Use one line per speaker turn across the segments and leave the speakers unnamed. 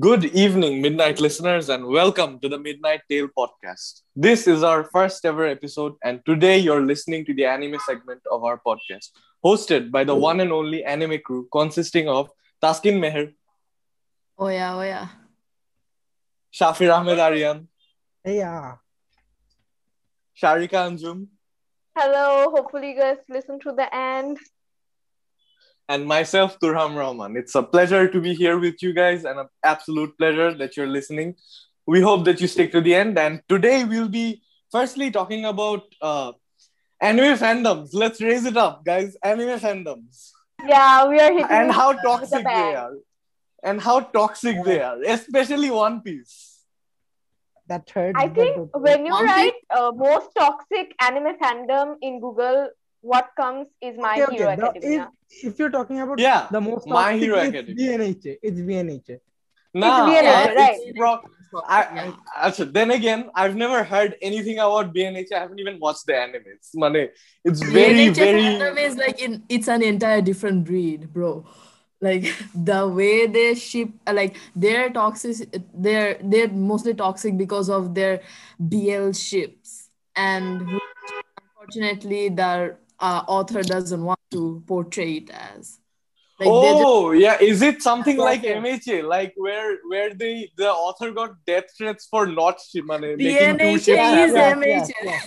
Good evening, Midnight listeners, and welcome to the Midnight Tale podcast. This is our first ever episode, and today you're listening to the anime segment of our podcast, hosted by the one and only anime crew consisting of Taskin Meher,
Oh yeah, oh yeah.
Shafir Ahmed Aryan,
Yeah.
Sharika Anjum,
Hello. Hopefully, you guys listen to the end.
and myself, Turham Rahman. It's a pleasure to be here with you guys and an absolute pleasure that you're listening. We hope that you stick to the end. And today we'll be firstly talking about uh, anime fandoms. Let's raise it up, guys. Anime fandoms
Yeah, we are hitting.
and how
the
toxic they
bang.
are. And how toxic they are, especially One Piece.
That third.
I think when you
One
write uh, most toxic anime fandom in Google, what comes is My
okay,
Hero
okay. The-
Academia.
if, if you're talking about
Yeah.
the most
My
toxic,
Hero
it's
Academia.
BNH. It's BNH.
Nah,
BNH,
uh, it's
right.
pro- I,
Yeah.
I, actually, then again, I've never heard anything about BNH. I haven't even watched the animes. Mane, it's very,
VNH fandom
very.
is like in, it's an entire different breed, bro. Like the way they ship, uh, like they're toxic. They're they're mostly toxic because of their BL ships, and which unfortunately, the uh, author doesn't want to portray it as. Like they're just,
oh yeah, is it something like
Okay.
MHA, like where where the the author got death threats for not shi- mane, making two
BNH
ships?
is
happen?
MHA.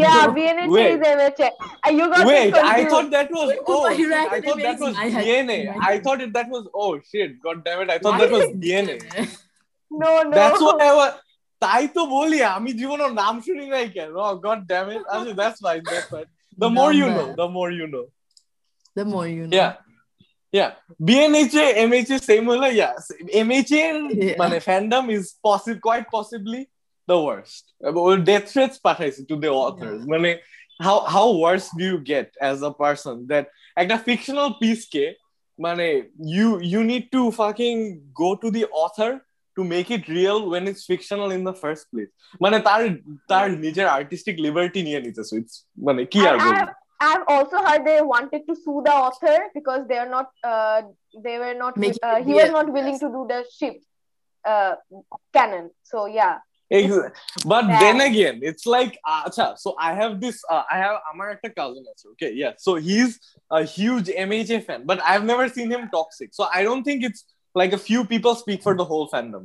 Yeah, BNH
Wait.
is MHA. Uh, You got
Wait,
me
I
confused.
thought that was
Wait,
oh,
Kumbh
shit,
Hero
I thought that
Academia
was
is my head-
DNA.
my
I
head.
thought it, that was oh shit, god damn it! I
Why
thought that was
did I do
DNA.
that?
No, no.
That's what I was. তাই তো বলি আমি জীবনের নাম শুনি নাই কেন God damn it আচ্ছা that's fine that's fine the more you know
Number.
The more you know
The more you know.
Yeah. Yeah. BNHA, MHA, same way. Yeah. MHA,
Yeah.
মানে fandom is possible, quite possibly the worst. Uh, Well, Death threats পাঠাইছে to the authors. মানে how how worse do you get as a person that একটা fictional piece কে মানে you you need to fucking go to the author to make it real when it's fictional in the first place মানে তার তার নিজের artistic liberty নিয়ে নিতেছে It's মানে কি আর
And
বলবো
I've, I've also heard they wanted to sue the author because they are not. Uh, they were not.
Making
Uh,
it
he was
real,
not willing
yes.
to do the ship uh, canon. So yeah.
Exa- but
Yeah.
then again it's like uh, acha, so i have this uh, i have amar ekta cousin আছে, okay yeah so he's a huge mha fan but i've never seen him toxic so i don't think it's like a few people speak for the whole fandom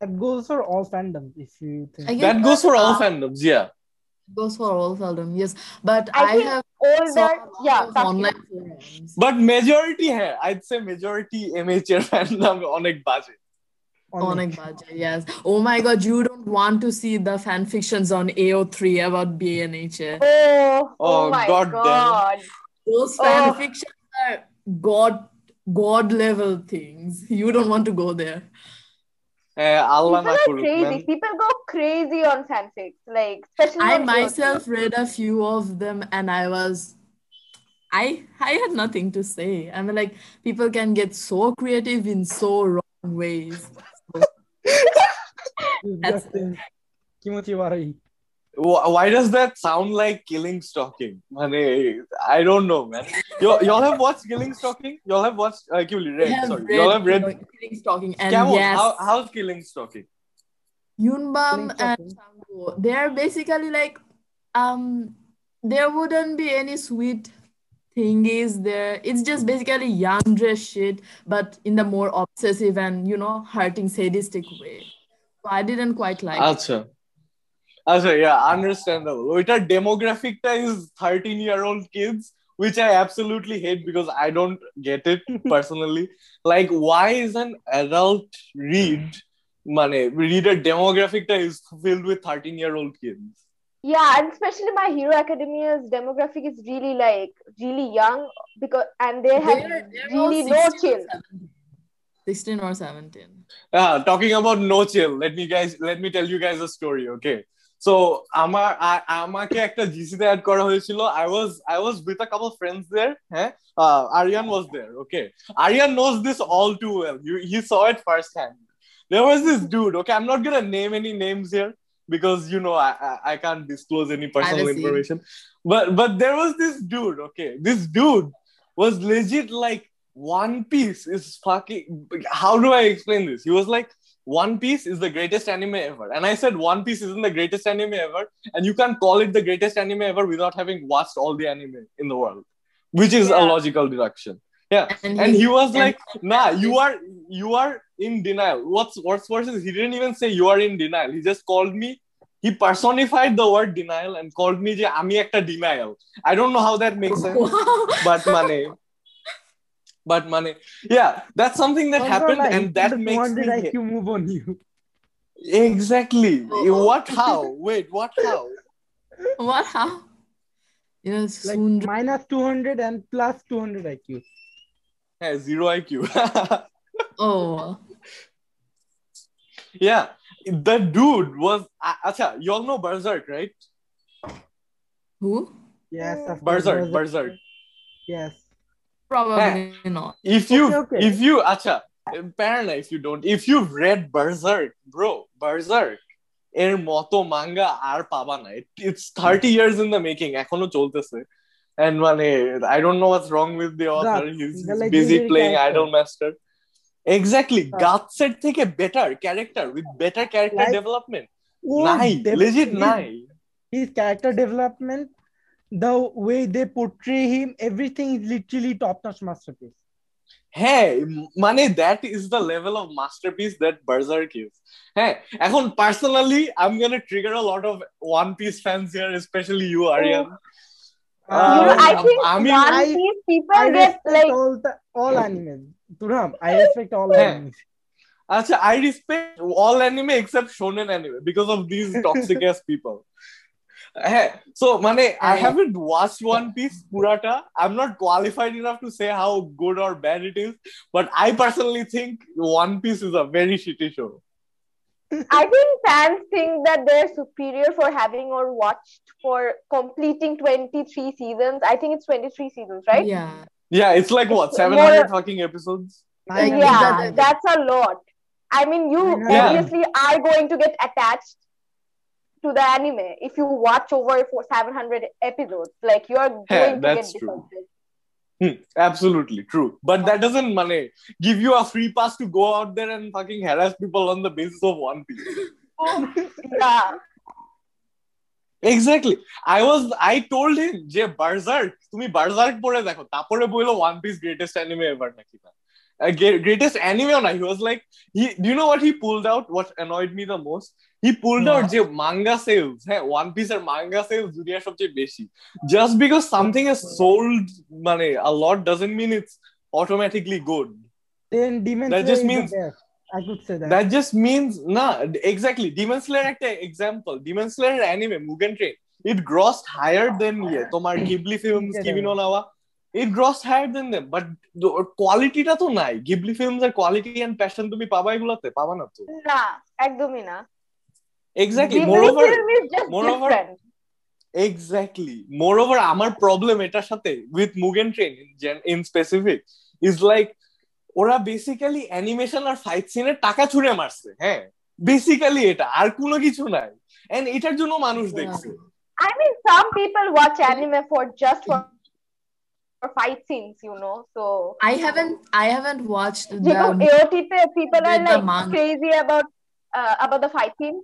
That goes for all fandoms, if you think.
I guess
that goes for all
uh,
fandoms yeah
goes for all fandom. Yes, but
I
I,
think
have
All
saw
that.
a lot
Yeah.
of
that's-
online forums.
but majority hai i'd say majority mha fandom onek baje
On
Onik Bajaj, yes. Oh my god, you don't want to see the fan fictions on AO3 about BNH.
Oh, oh,
Oh,
my
God
god.
damn.
Those fan
Oh.
fictions are god god level things. You don't want to go there.
Eh, allah
People
na
are
koruk
crazy.
man
People go crazy on fanfics. Like, especially
I
on
myself read a few of them and I was I I had nothing to say. I mean like people can get so creative in so wrong ways. That's-
Kimochi Warai.
Wh- why does that sound like killing stalking Mane, i don't know man y'all, y'all have watched killing stalking y'all have watched uh, actually
I
read, sorry y'all have read
you know, Killing Stalking and
Come on,
yes.
how, how's killing stalking
Yunbam
Link
and
shopping.
Sango, they're basically like, um, there wouldn't be any sweet thingies there. It's just basically yandere shit, but in the more obsessive and you know hurting, sadistic way. So I didn't quite like. it.
আচ্ছা আচ্ছা yeah understandable ওইটার ডেমোগ্রাফিকটা is 13 year old kids which i absolutely hate because i don't get it personally like why is an adult read মানে reader demographic-টা is filled with 13 year old kids
Yeah, and especially My Hero Academia's demographic is really like really young because and they have
They're- they're all
really
16
no
or
chill.
17. Sixteen or seventeen.
Uh, talking about no chill, let me guys let me tell you guys a story, okay? So আমার আ- আমাকে একটা জিসিতে add করা হয়েছিল I was I was with a couple friends there হ্যাঁ Uh, Aryan was there okay Aryan knows this all too well he saw it first hand there was this dude okay i'm not gonna name any names here because you know i i, I can't disclose any personal
Privacy.
information but but there was this dude okay this dude was legit like One Piece is fucking. How do I explain this? He was like, One Piece is the greatest anime ever. And I said, One Piece isn't the greatest anime ever. And you can't call it the greatest anime ever without having watched all the anime in the world, which is a
Yeah.
logical deduction. And he was like, nah, you are you are in denial. What's what's worse is he didn't even say you are in denial. He just called me. He personified the word denial and called me যে আমি একটা denial. I don't know how that makes sense.
wow.
but money but money yeah that's something
Oh,
that happened and that makes me
IQ move on you.
exactly
Oh.
what how wait what how
what? How? You know,
Like
soon.
minus 200 and plus 200 IQ.
yeah, zero iq
oh,
yeah the dude was uh, acha you all know berserk right
who?
Yes, of course,
berserk berserk
Yes.
Probably not.
if you
Okay, okay.
if you acha parana if you don't if you've read berserk bro berserk er এর মতো manga আর পাবা না it's thirty
Hmm.
Years in the making এখনো চলতেছে and মানে i don't know what's wrong with the author he's,
Guts, the
he's
legendary
busy playing
character.
idol master exactly
Yeah.
গাতসের থেকে better character with better character
Like-
development
Oh,
নাই
they-
legit
his-
নাই
His character development, the way they portray him, everything is literally top-notch masterpiece.
হ্যাঁ মানে that is the level of masterpiece that Berserk is হ্যাঁ এখন personally I am gonna trigger a lot of One Piece fans here specially you Aryan
You know,
Um,
I think
I mean,
One
I-
Piece people
I
get
respect
like
all the all anime. Turam, I respect all
Yeah.
anime.
আচ্ছা I respect all anime except shonen anime because of this toxic ass people হ্যাঁ so মানে I haven't watch One Piece পুরাটা I am not qualified enough to say how good or bad it is but I personally think One Piece is a very shitty show
I think fans think that they're superior for having or watched for completing 23 seasons. I think it's 23 seasons, right?
Yeah.
Yeah, it's like what
It's
700 fucking episodes.
Like,
Yeah,
Yeah.
that's a lot. I mean, you
Yeah.
obviously are going to get attached to the anime if you watch over for 700 episodes. Like, you're going
Yeah,
to
that's
get
true.
disappointed.
Hmm, absolutely true. But that doesn't money give you a free pass to go out there and fucking harass people on the basis of one piece.
Yeah.
Exactly. I was I told him যে Berserk তুমি Berserk পড়ে দেখো তারপরে বললো One piece greatest anime ever নাকি না greatest অ্যানিমেও না he was like he you know what he pulled out what annoyed me the most he pulled out যে মাঙ্গা সেলস হ্যাঁ ওয়ান পিস এর মাঙ্গা সেলস দুনিয়ার সবচেয়ে বেশি just because something is sold মানে a lot doesn't mean it's automatically good
Then Demon
That
Slayer
just
is the
means-
best. I could say that.
That just means না exactly Demon Slayer একটা example Demon Slayer anime Mugen train it grossed higher than ইয়ে তোমার Ghibli films
Yeah.
Kimi no Na wa it gross higher than them but কোয়ালিটিটা তো নাই Ghibli films এর quality and passion তুমি পাবা এগুলাতে পাবা না তো
না, একদমই না।
Exactly
Ghibli
moreover
film is just
moreover-
different.
Exactly moreover আমার প্রবলেম এটার সাথে with Mugen Train in specific is like ওরা বেসিক্যালি অ্যানিমেশন আর ফাইট সিনে টাকা ছুঁড়ে মারছে হ্যাঁ বেসিক্যালি এটা আর কোনো কিছু নাই এন্ড এটার জন্য মানুষ
Yeah.
দেখছে
I mean, some people watch anime for just for, for fight scenes, you know. So
I haven't. I haven't watched the.
যেরকম AOT তে people are
With the
like
manga.
crazy about uh, about the fight scenes.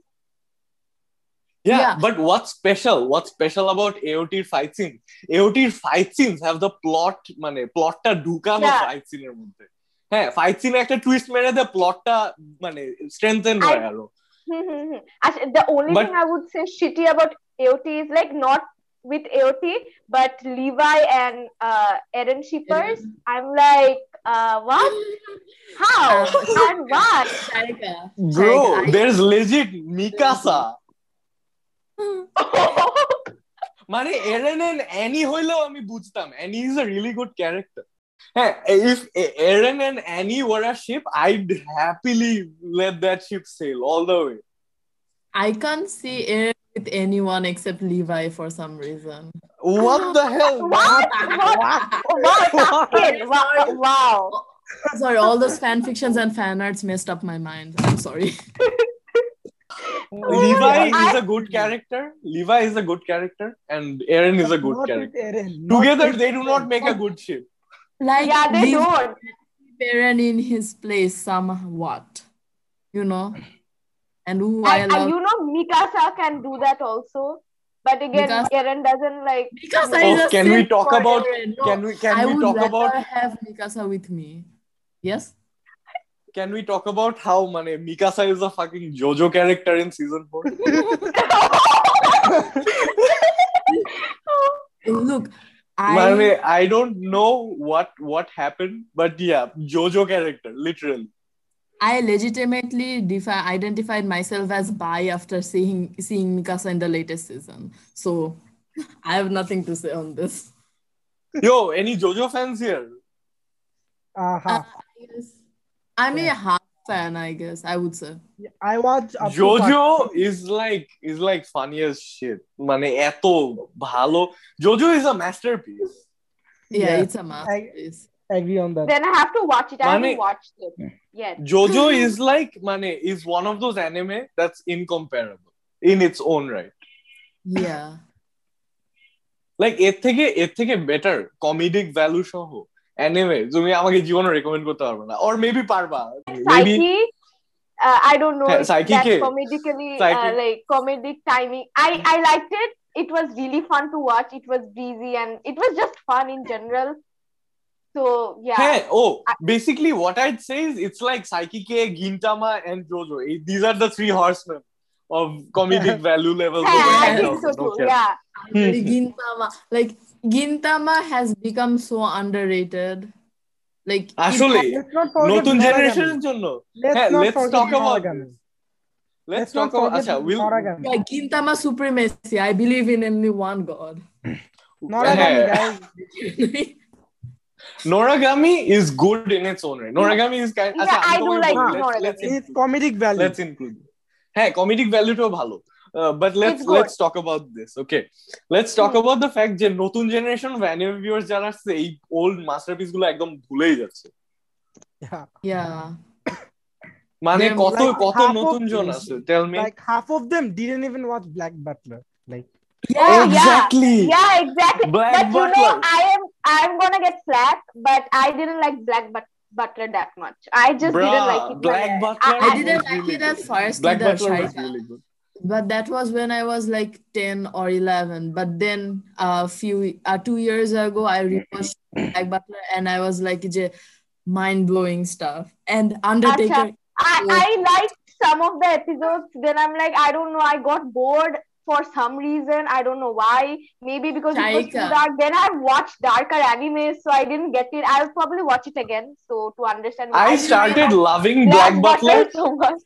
Yeah,
Yeah.
but what's special? What's special about AOT fight scenes? AOT fight scenes have the plot মানে প্লটটা ঢুকানো
Yeah.
Fight সিনের মধ্যে হ্যাঁ fight সিনে একটা twist মেরে দেয় প্লটটা মানে স্ট্রেংথেন হয় আরো
Hmm, hmm, hmm. Actually, the only
But-
thing I would say shitty about AOT is like not with AOT, but Levi and uh, Eren Shippers. I'm like, uh, what? How?
Uh,
and why?
Sarika.
Bro,
Sarika, I-
there's legit Mikasa. মানে এরেন and Annie হইলেও আমি বুঝতাম Annie is a really good character হ্যাঁ if Eren and Annie were a ship I'd happily let that ship sail all the way
I can't see Aaron with anyone except Levi for some reason.
What the hell
What? What? What? Kid, Wow! wow.
sorry, all those fan fictions and fan arts messed up my mind. I'm sorry.
Levi
I-
is a good character Levi is a good character and Eren is a good
Not with
character
Eren, not
together
with
they do not
Eren.
Make a good ship
like
yeah, they
leave
don't.
Perrin in his place somewhat, you know. And ooh, I
And,
love
and you know, Mikasa can do that also. But again,
Mikasa-
Eren doesn't like.
Mikasa
Oh,
is a
can we
simp
talk
for
about-
Eren. No,
Can we can
I
we
would
talk
rather
about
have Mikasa with me. Yes.
can we talk about how Mane Mikasa is a fucking JoJo character in season four?
Look, I
Mane, I don't know what what happened, but yeah, JoJo character, literally.
I legitimately defi- identified myself as bi after seeing seeing Mikasa in the latest season. So I have nothing to say on this.
Yo, any JoJo fans here?
Aha.
I guess I'm
Yeah.
a half fan, I guess I would say.
I watched up to part-
JoJo is like is like funny as shit. Mane eto bhalo. JoJo is a masterpiece.
Yeah,
Yeah.
it's a masterpiece.
I agree on that.
Then I have to watch it. I
Mane-
haven't watched it yet.
JoJo is like Mane is one of those anime that's incomparable in its own right.
yeah.
Like এর থেকে এর থেকে better comedic value সহ anime তুমি আমাকে জীবনে recommend করতে পারবে না অর মেবি পারবা maybe
Psyche, uh, I don't know.
Yeah,
if
Psyche
that's
ke-
comedically, uh,
Psyche-
like comedic timing. I I liked it. It was really fun to watch. It was breezy and it was just fun in general. So yeah,
হ্যাঁ ও
oh,
basically what I'd say is it's like Psyche কে Gintama and JoJo these are the three horsemen of comedic value level
Yeah, I
Yeah.
think so too. Yeah,
Hmm.
Very Gintama. Like Gintama has become so underrated. Like it-
আসলে
Let's not forget
নতুন
Noragami.
জেনারেশনের জন্য
Let's
হ্যাঁ
not
let's
forget
talk about
Noragami.
Let's
Let's
talk
not forget
আচ্ছা will
Noragami.
yeah, Gintama supremacy. I believe in only one god.
Noragami, guys.
Noragami is good in its own right Noragami is kind
Yeah,
আচ্ছা
I
I
do
do like
like Noragami.
It's comedic value.
let's include it. হ্যাঁ comedic ভ্যালুটাও ভালো Uh, but let's
It's good.
let's talk about this okay let's talk about the fact যে নতুন generation ভ্যানিয়ার viewers যারা আসছে এই old masterpiece গুলো একদম ভুলেই যাচ্ছে
Yeah.
yeah.
মানে
They're
কত
like
কত
half of
নতুন জন
this.
আছে tell me
Like half of them didn't even watch Black Butler. Like
yeah, yeah,
exactly
yeah, exactly.
Black
but you know,
Butler.
I am I'm gonna get slack, but I didn't like Black but- Butler that much. I just didn't like it.
Black
like-
Butler
I-
I didn't like it at first
Black
either,
Butler was
Shaika.
really good
but that was when I was like 10 or 11. But then a few, uh, two years ago, I rewatched Black Butler and I was like, mind blowing stuff. And Undertaker,
I,
Yeah.
I liked some of the episodes. Then I'm like, I don't know. I got bored for some reason. I don't know why. Maybe because it was too
Chaika.
dark. Then I watched darker anime, so I didn't get it. I'll probably watch it again. So to understand, why
I
didn't
started
like
loving Black Butler
so much.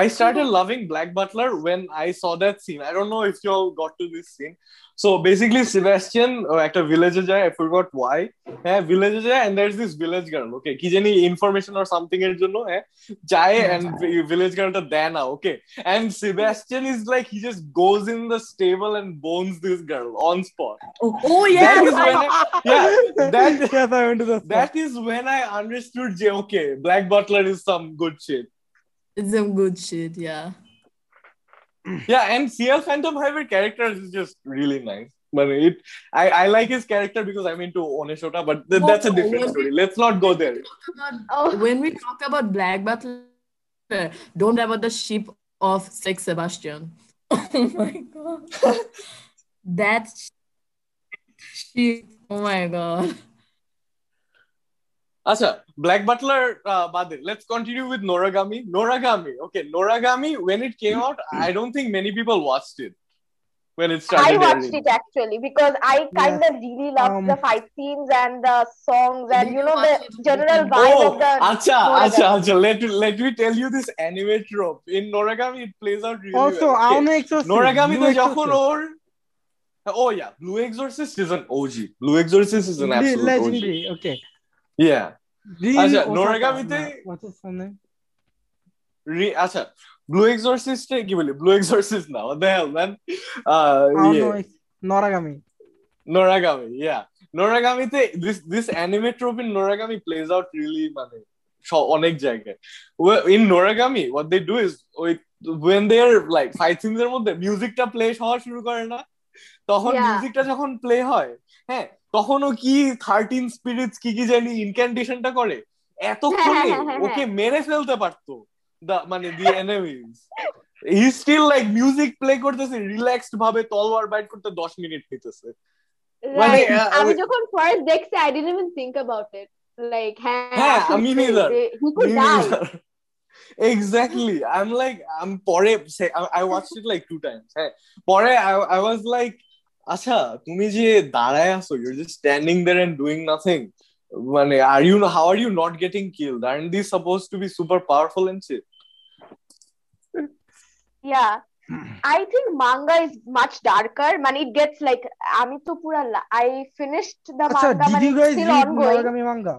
I started loving Black Butler when I saw that scene. I don't know if you all got to this scene. So basically, Sebastian uh, at a village, I forgot why. Yeah, village, and there's this village girl. Okay, ki jani information or something er এর জন্য হ্যাঁ যায় and the village girl to Dana. Okay, and Sebastian is like he just goes in the stable and bones this girl on spot.
oh, oh
That
yes,
is when I, yeah, that
yes, I went to the
that is when I understood. যে, Okay, Black Butler is some good shit.
it's some good shit, yeah.
yeah and cl phantom hybrid characters is just really nice but it i i like his character because i'm into oneshota but th- that's a different story let's not go there
Oh,
When we talk about Black Butler, don't forget about the ship of Sex Sebastian. Oh my god, that ship! Oh my god.
Acha, black butler uh, bade. let's continue with noragami noragami okay noragami when it came out i don't think many people watched it when it started
I watched
airing.
it actually because I kind of really loved
Um,
the fight scenes and the songs and
Did
you
you
know
watch
the
it?
general vibe
Oh,
of the.
acha,
Noragami.
acha, acha. Let, let me tell you this anime trope. In Noragami, it plays out really
Also,
well. Okay.
Aono Exorcist.
নোরাগামিতে
Blue
যখন
Exorcist.
ওর ও yeah blue exorcist is an OG blue exorcist is an
Le-
absolute OG
legendary. Okay.
Yeah
Rin
Acha,
Osaka.
Noragami-te-
What's his full name?
আচ্ছা blue exorcist কি বলি blue exorcist না the hell man Uh,
Aono Ex- Noragami.
Noragami yeah নোরাগামিতে this this anime trope in Noragami plays out really মানে স- অনেক জায়গায় in Noragami what they do is ওই when they are like fight scenes এর মধ্যে মিউজিকটা প্লে হওয়া শুরু করে না তখন
Yeah.
মিউজিকটা যখন প্লে হয় হ্যাঁ তখনও কি থার্টিন স্পিরিটস কি কি জানি ইনক্যান্টেশনটা করে এতক্ষণে
হ্যাঁ, হ্যাঁ,
ওকে মেরে ফেলতে পারতো the- মানে the enemies he still like music play করতেছে রিল্যাক্সড ভাবে তলোয়ার বাইট করতে দশ মিনিট নিতেছে মানে,
Right.
uh,
আমি
we-
যখন first দেখছি I didn't even think about it. Like
হ্যাঁ,
হ্যাঁ
আমি
আসলে
neither.
যে he could die.
Exactly I am like um পরে I watch it like two times হ্যাঁ পরে আই ওয়াজ লাইক আচ্ছা তুমি যে দাঁড়ায় আছো you're just standing there and doing nothing মানে are you how are you not getting killed are the supposed to be super powerful and shit
Yeah. I think manga is much darker. Man, it gets like আমি তো পুরা লা- I finished the
আচ্ছা
manga, but
did you
it's
guys
still
read
ongoing.
Noragami manga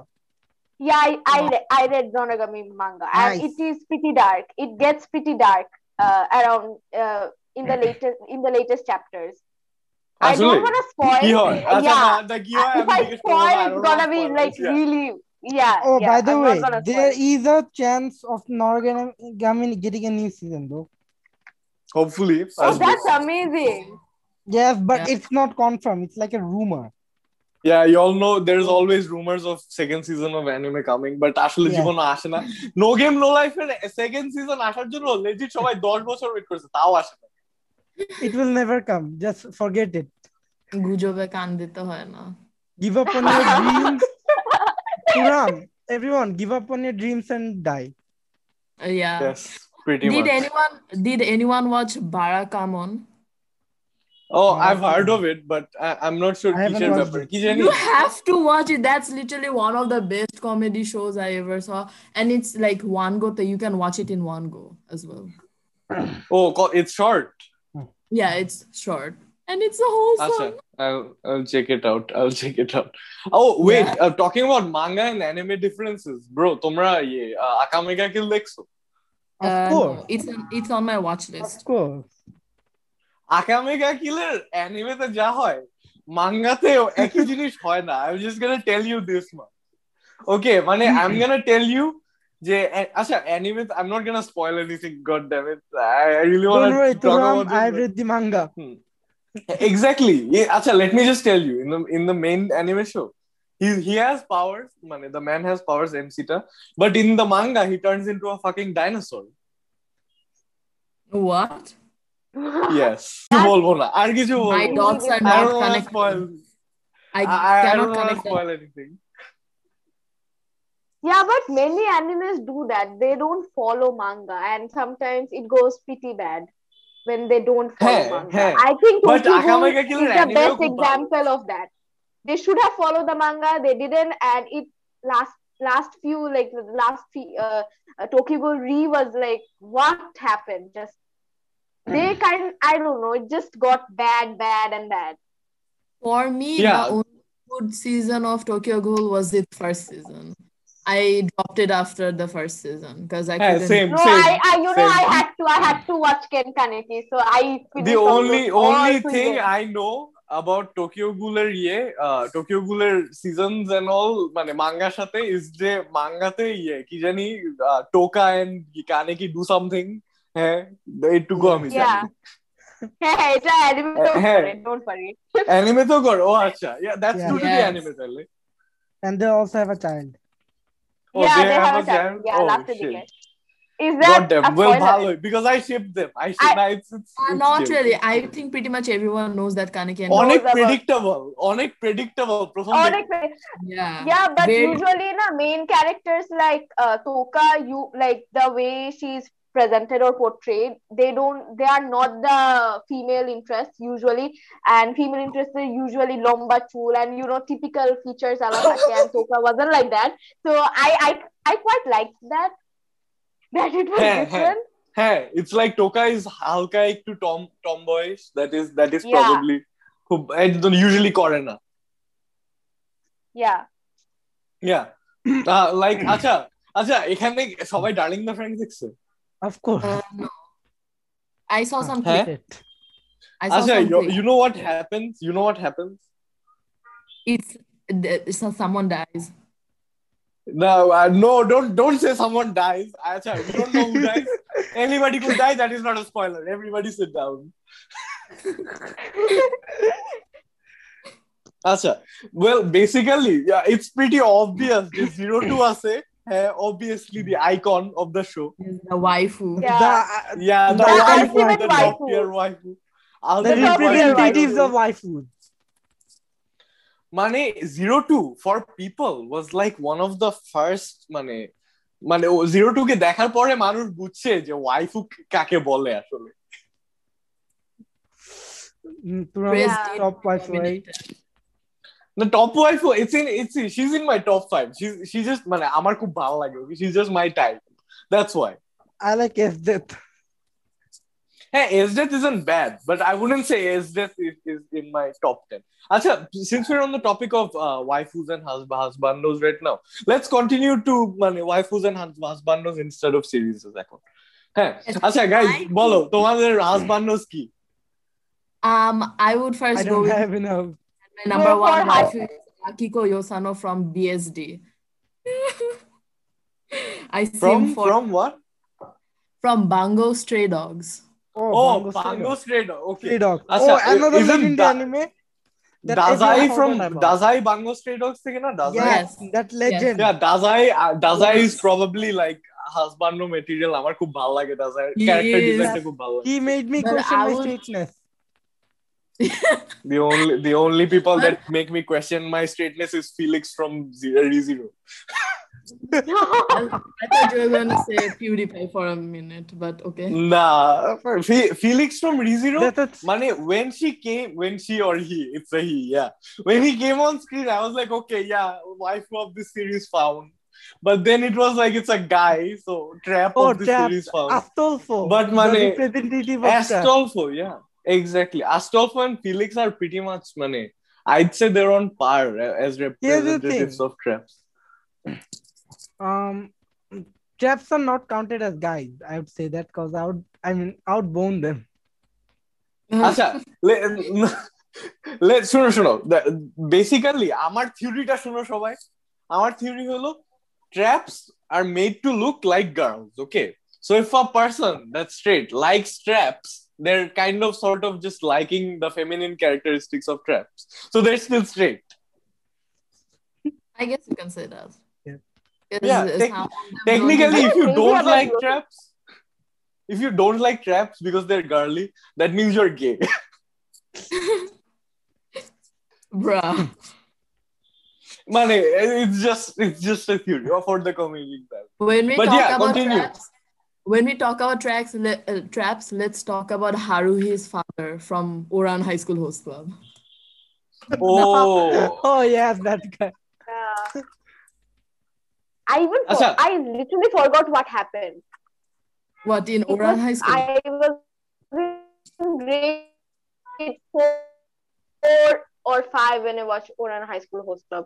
Yeah, I I, re- I read Nonagami manga, and
Nice.
it is pretty dark. It gets pretty dark uh, around uh, in the latest in the latest chapters. I
আসলে
don't want to spoil.
কি হয় আচ্ছা
Yeah.
না না কি হয়
if
আমি
I
জিজ্ঞেস করবো
spoil,
না, I
it's
don't wanna
gonna be
spoil,
like
yeah.
really, yeah.
oh
yeah,
by the
I'm not
way
gonna
there
spoil.
is a chance of Noragami getting a new season though
hopefully
Oh,
আসবে।
that's amazing.
yes but
Yeah.
it's not confirmed it's like a rumor
Yeah, you all know there's always rumors of second season of anime coming, but আসলে
Yeah.
জীবনে আসে না। No Game No Life এর second season আসার জন্য legit সবাই দশ বছর wait করছে, তাও আসে না।
it will never come just forget it
গুজবে কান দিতে হয় না
give up on your dreams Puram everyone give up on your dreams and die
yeah
Yes, pretty
did
much.
anyone did anyone watch বারাকামন
Oh, I've heard of it, but I, I'm not sure
I haven't
কিসের
watched
ব্যাপার।
it.
কি জানি?
You have to watch it. That's literally one of the best comedy shows I ever saw. And it's like one go, that you can watch it in one go as well.
Oh, co- it's short.
Yeah, it's short. And it's a whole
আচ্ছা,
song.
I'll, I'll check it out. I'll check it out. Oh, wait, uh, talking about manga and anime differences, bro, তোমরা ইয়ে uh, Akame ga Kill দেখছো?
Uh,
of
no,
course
it's on, it's on my watch
of
list.
course
আকামে গা কিলের অ্যানিমেতে যা হয় মাঙ্গাতেও একই জিনিস হয় না I just gonna tell you this much okay মানে I am gonna tell you যে এ- আচ্ছা anime I am not gonna spoil anything god damn it I really
don't worry
want to talk
Puram I
about
read the manga
Exactly. Yeah, acha, let me just tell you in the in the main anime show, he he has powers. Mane, the man has powers, MC ta. But in the manga, he turns into a fucking dinosaur.
What?
Yes. কিছু বলবো না আর কিছু
My
বলবো না।
dots are
I
not
don't wanna
connected.
spoil.
I,
I, I don't
cannot
wanna
connect. them.
spoil anything.
Yeah, but many animes do that. They don't follow manga, and sometimes it goes pretty bad when they don't follow
Hey,
manga.
hey.
I think
But
Tokyo
Akame ga
Ghoul
Killer
is the
anime
best
খুব ভালো।
example of that. They should have followed the manga. They didn't, and it last last few like the last few, uh, uh, Tokyo Ghoul Re was like what happened? Just they kind I don't know. It just got bad, bad, and bad.
For me,
Yeah.
the only good season of Tokyo Ghoul was its first season. I dropped it after the first season because I
Yeah,
couldn't.
same,
No,
same.
I, I you know
same.
I had to I had to watch Ken Kaneki, so I
the
finished all
only
those- all
only
three
thing
games.
I know about Tokyo Ghoul ইয়ে Tokyo গুলের seasons and all মানে মাঙ্গার সাথে is যে মাঙ্গাতে ইয়ে কি জানি টোকা এন্ড কানে কি ডু সামথিং হ্যাঁ এইটুকু আমি
Yeah. uh,
জানি
হ্যাঁ হ্যাঁ, এটা
Uh,
anime তেও
হ্যাঁ।
করে, don't worry.
অ্যানিমে তো কর ও আচ্ছা that's
Yeah.
Two two
Yes.
Anime তাহলে
and they also have a child
Oh,
Yeah,
they
they
have
have
a
a
jam?
jam. Yeah,
Oh,
last
shit.
weekend. Is that
God damn,
a
well
spoiler?
ভালো because I ship them I ship
I-
না it's it's
Uh,
it's
not
game.
really. I think pretty much everyone knows that Kaneki and
অনেক
about-
predictable অনেক predictable প্রথম
অনেক
yeah.
yeah, but
Very-
usually na main characters like uh, Toka, you like the way she's presented or portrayed, they don't they are not the female interest usually, and female interests are usually lomba chul and you know typical features ala থাকে, and Toka wasn't like that. So I I I quite liked that that it was
হ্যাঁ, হ্যাঁ।
different.
হ্যাঁ it's like টোকা is হালকা একটু tom tomboyish that is that is
Yeah.
Probably খুব একদম usually করে না
Yeah.
ইয়া লাইক আচ্ছা আচ্ছা এখানে সবাই ডার্লিং দ্য ফ্রেন্ড দেখছে
of course
Uh, no. I saw some
Huh?
clip. I saw
আচ্ছা
some clip.
You know what happens you know what happens
It's, the- it's not someone dies.
No, uh, no, don't don't say someone dies. Acha, we don't know who dies. Anybody could die. That is not a spoiler. Everybody sit down. আচ্ছা well basically yeah it's pretty obvious যে zero two আছে হ্যাঁ obviously the icon of the show
Is the waifu.
Yeah.
The,
yeah the,
The
waifu,
ultimate
the top
waifu.
tier waifu
uh,
ultimate
the
waifu.
representatives of waifu.
মানে zero two for people was like one of the first মানে মানে zero two কে দেখার পরে মানুষ বুঝছে যে waifu কাকে বলে আসলে
Mm,
President
Top waifu, right?
Dominated.
না top waifu it's in it's she is in my top five she just মানে আমার খুব ভালো লাগে she just my type that's why
I like F death.
হ্যাঁ S death is in bad but I wouldn't say S death is in my top ten আচ্ছা since we're on the topic of waifus and husbandos right now let's continue to মানে waifus and husbandos instead of সিরিজেস এখন হ্যাঁ আচ্ছা guys
Waifu.
বলো তোমাদের husbandos কি
Um, I would first
I
go
don't
with
have enough.
my number
Go for
one waifu, is Akiko Yosano from BSD. I see
from
him for
from what
from Bango Stray Dogs.
ও
Oh,
Bungo
Bango
Stray okay
Stray Dog.
আচ্ছা,
Oh, another
isn't
legendary
that-
anime. that
Dazai
everyone
from
forgot about.
Dazai Bungo stray dogs থেকে না দাজাই
Yes.
That legend.
Yeah, Dazai, uh, Dazai is probably like husband no material. আমার খুব ভালো লাগে Dazai.
He
Character
is.
design টা খুব ভালো লাগে.
He made me
But
question
I
my
would-
straightness.
The only the only people that make me question my straightness is Felix from Zero Zero.
I, I thought you were going to say PewDiePie for a minute, but okay.
Nah, Fe- Felix from ReZero.
That's a
Mane, when she came, when she or he, it's a he, yeah. When he came on screen, I was like, okay, yeah, wife of this series found. But then it was like it's a guy, so trap
Oh,
of this
trap.
series found.
Astolfo.
But
the
Mane-
representative of Astol-
Astolfo, yeah, exactly. Astolfo and Felix are pretty much money. I'd say they're on par uh, as representatives
thing.
of traps.
um Traps are not counted as guys. I would say that because I would I mean outbone them.
Acha, let, let, শুনো শুনো basically আমার থিওরিটা শুনো সবাই আমার theory হলো traps are made to look like girls okay so if a person that straight likes traps they're kind of sort of just liking the feminine characteristics of traps so they're still straight
I guess you can say that.
Yeah.
'Cause
Yeah,
it's
tec-
how I'm
technically
known
if you
Maybe
don't
about
like
you.
traps if you don't like traps because they're girly that means you're gay
to- Bruh.
man it's just it's just a theory for the comedic value.
When we
But
talk
yeah,
about
continue.
traps, when we talk about tracks, le- uh, traps, let's talk about Haruhi's father from Oran High School Host Club.
oh
Oh yes, that guy.
Yeah. I even for-
Acha.
I literally forgot what happened.
What in
It
Oran
was-
High School?
I was in grade four or five when I watched Oran High School Host Club.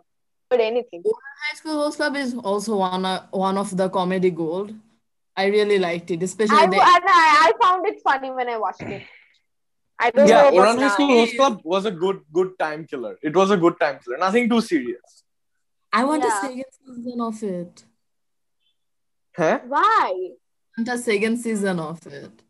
But anything.
High School Host Club is also one uh, one of the comedy gold. I really liked it, especially
I,
the
and I, I found it funny when I watched it. I don't
yeah
know about
oran high
now.
school host club was a good good time killer it was a good time killer nothing too serious
I want
Yeah.
a second season of it.
huh?
Why?
I want a second season of it.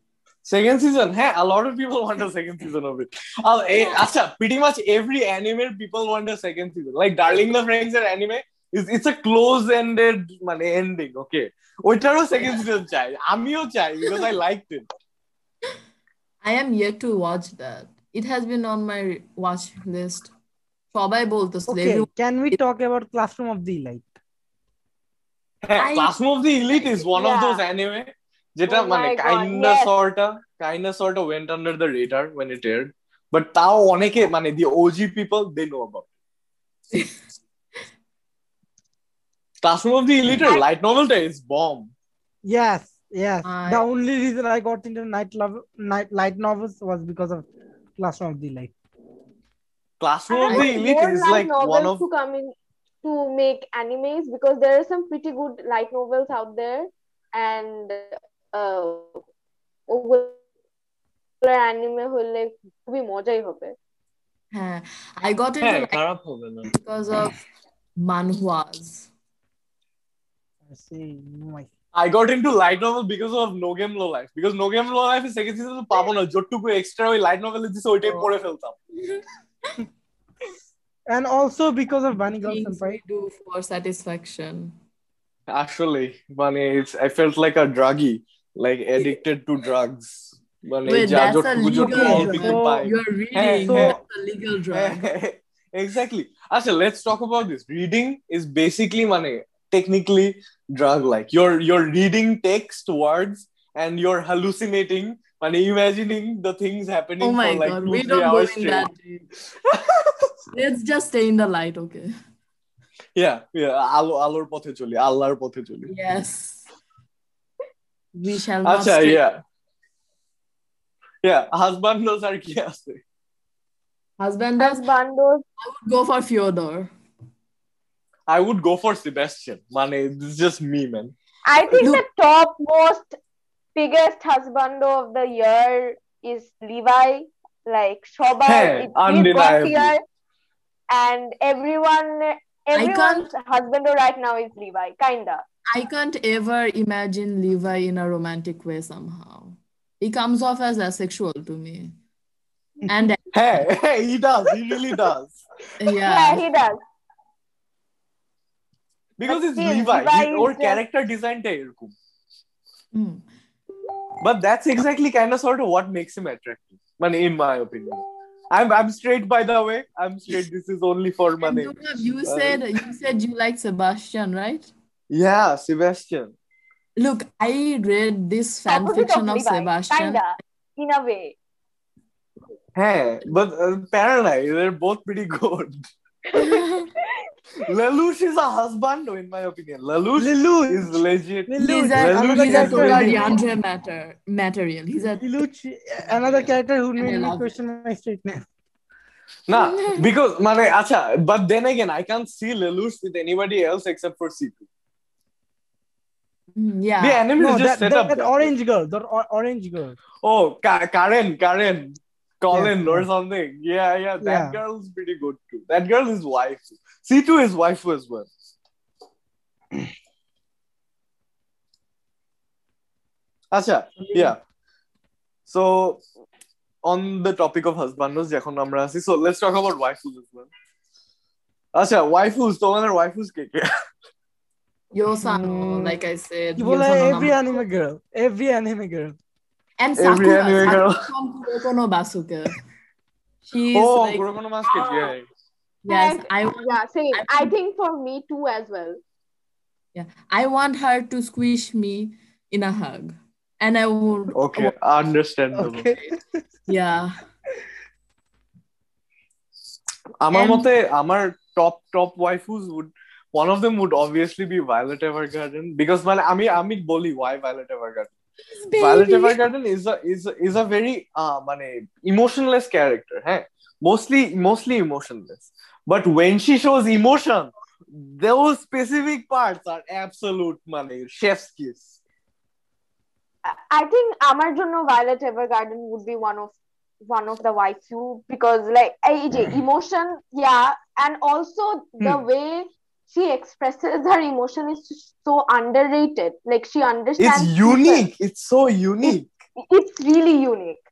Second season, hey, a lot of people want a second season of it. Uh, eh, acha, pretty much every anime people want a second season. Like Darling the Franks এর anime is it's a close-ended মানে ending, okay? ওইটারও second season চাই আমিও চাই because I liked it.
I am yet to watch that. It has been on my watch list. সবাই বলতেছিল
Okay,
everyone-
can we talk about Classroom of the Elite?
হ্যাঁ,
I-
Classroom of the Elite is one of
Yeah.
those anime যেটা
Oh
মানে
my God,
kinda
yes.
sorta kinda sorta went under the radar when it aired. But তাও অনেকে মানে the OG people they know about. it. Classroom of the Elite এর light novelটা is bomb.
Yes, yes.
I-
The only reason I got into night love night light novels was because of Classroom of the Elite.
Classroom of
I
the
want
Elite
more
is
light
like one
novels
of
to come in to make animes because there are some pretty good light novels out there, and uh, ওগুলোর anime হলে খুবই মজাই হবে
হ্যাঁ, I got into
হ্যাঁ
like
খারাপ হবে না
because of manhwas.
I say my
I got into light novel because of No Game Low Life because No Game Low Life এর second season
Oh.
তো পাবো না যতটুকু এক্সট্রা ওই লাইট নভেলে দিছে ওইটাই পড়ে ফেলতাম
and also because of Bunny Girl
things
Senpai.
we do for satisfaction.
Actually, Bunny, it's I felt like a druggie, like addicted to drugs. Bunny,
Wait,
ja-
that's
jo-
a
jo- jo-
legal
all
drug.
people
So
buy.
You are reading
so-
that's a legal drug.
exactly. Actually, let's talk about this. Reading is basically money, technically drug like. You're you're reading text words and you're hallucinating, money imagining the things happening
Oh my
for like
god,
two,
we
three
don't go
hours
in
straight.
that deep. Let's just stay in the light, okay?
Yeah, yeah. আলো আলোর পথে চলি, আল্লাহর পথে চলি।
Yes. We shall not
আচ্ছা
stray.
ইয়া ইয়া হাজবান্ডোস আর কি আছে
Husband
As
does
bandos,
go for Fyodor.
I would go for Sebastian. মানে this is just me, man.
I think
Look-
the top most biggest husbando of the year is Levi. Like
Hey,
Shobai,
undeniably.
here, and everyone, everyone's husbando right now is Levi, kinda.
I can't ever imagine Levi in a romantic way somehow. He comes off as asexual to me. And uh,
Hey, hey, he does. He really does.
Yeah,
yeah,
he does.
Because
But
it's
still,
Levi.
Levi
He-
is
or
just-
character designটা এরকম।
Hmm.
But that's exactly kind of sort of what makes him attractive. মানে in my opinion. I'm I'm straight by the way. I'm straight. This is only for
And
money.
Durav, you
uh,
said you said you like Sebastian, right?
Yeah, Sebastian.
Look, I read this fan
Opposite
fiction of,
Levi,
Sebastian.
kinda, in a way.
Hey, but uh, Paradise, they're both pretty good. Lelouch is a husband, in my opinion. Lelouch, is legit.
he's a,
Lelouch,
Lelouch
he's a
is really-
Leandre matter material. He's a
Lelouch, another character who
love
made me
it.
question my straightness.
Nah, because মানে, আচ্ছা, but then again, I can't see Lelouch with anybody else except for C2.
Mm, yeah.
The anime
Ah. No,
is just
that,
set
that,
up.
that
that way.
orange girl, the or- orange girl.
Oh, Ka- Karen, Karen, Colin
Yes.
or something. Yeah, yeah, that
Yeah.
girl's pretty good too. That girl is wife. C2 is wife as well. Acha, yeah. So, on the topic of husbandos, এখন আমরা আছি, so let's talk about waifus as well. আচ্ছা, waifus, তোমাদের waifus K K?
Yosano,
Mm.
like I said.
You like
Yosano
every
Nama-
anime girl, every anime girl.
and
every
Sakura,
anime
Sakura
girl.
from Kuroko no Basuke. She's
Oh,
like,
Kuroko no Basket, yeah.
yes, I, want-
Yeah, same.
I-
I think for me too as well.
I want her to squish me in a hug. And I would,
Okay, understandable.
Okay.
yeah.
আমার
And-
মতে আমার top top waifus would one of them would obviously be Violet Evergarden because মানে আমি আমি বলি why Violet Evergarden Violet
Baby.
Evergarden is a is a, is a very uh, মানে emotionless character হ্যাঁ mostly mostly emotionless but when she shows emotion those specific parts are absolute মানে chef's kiss
I- I think আমার জন্য Violet Evergarden would be one of one of the why few because like এই যে emotion yeah and also the way she expresses her emotion is so underrated like she
it's
understands people.
unique it's so unique
it's really unique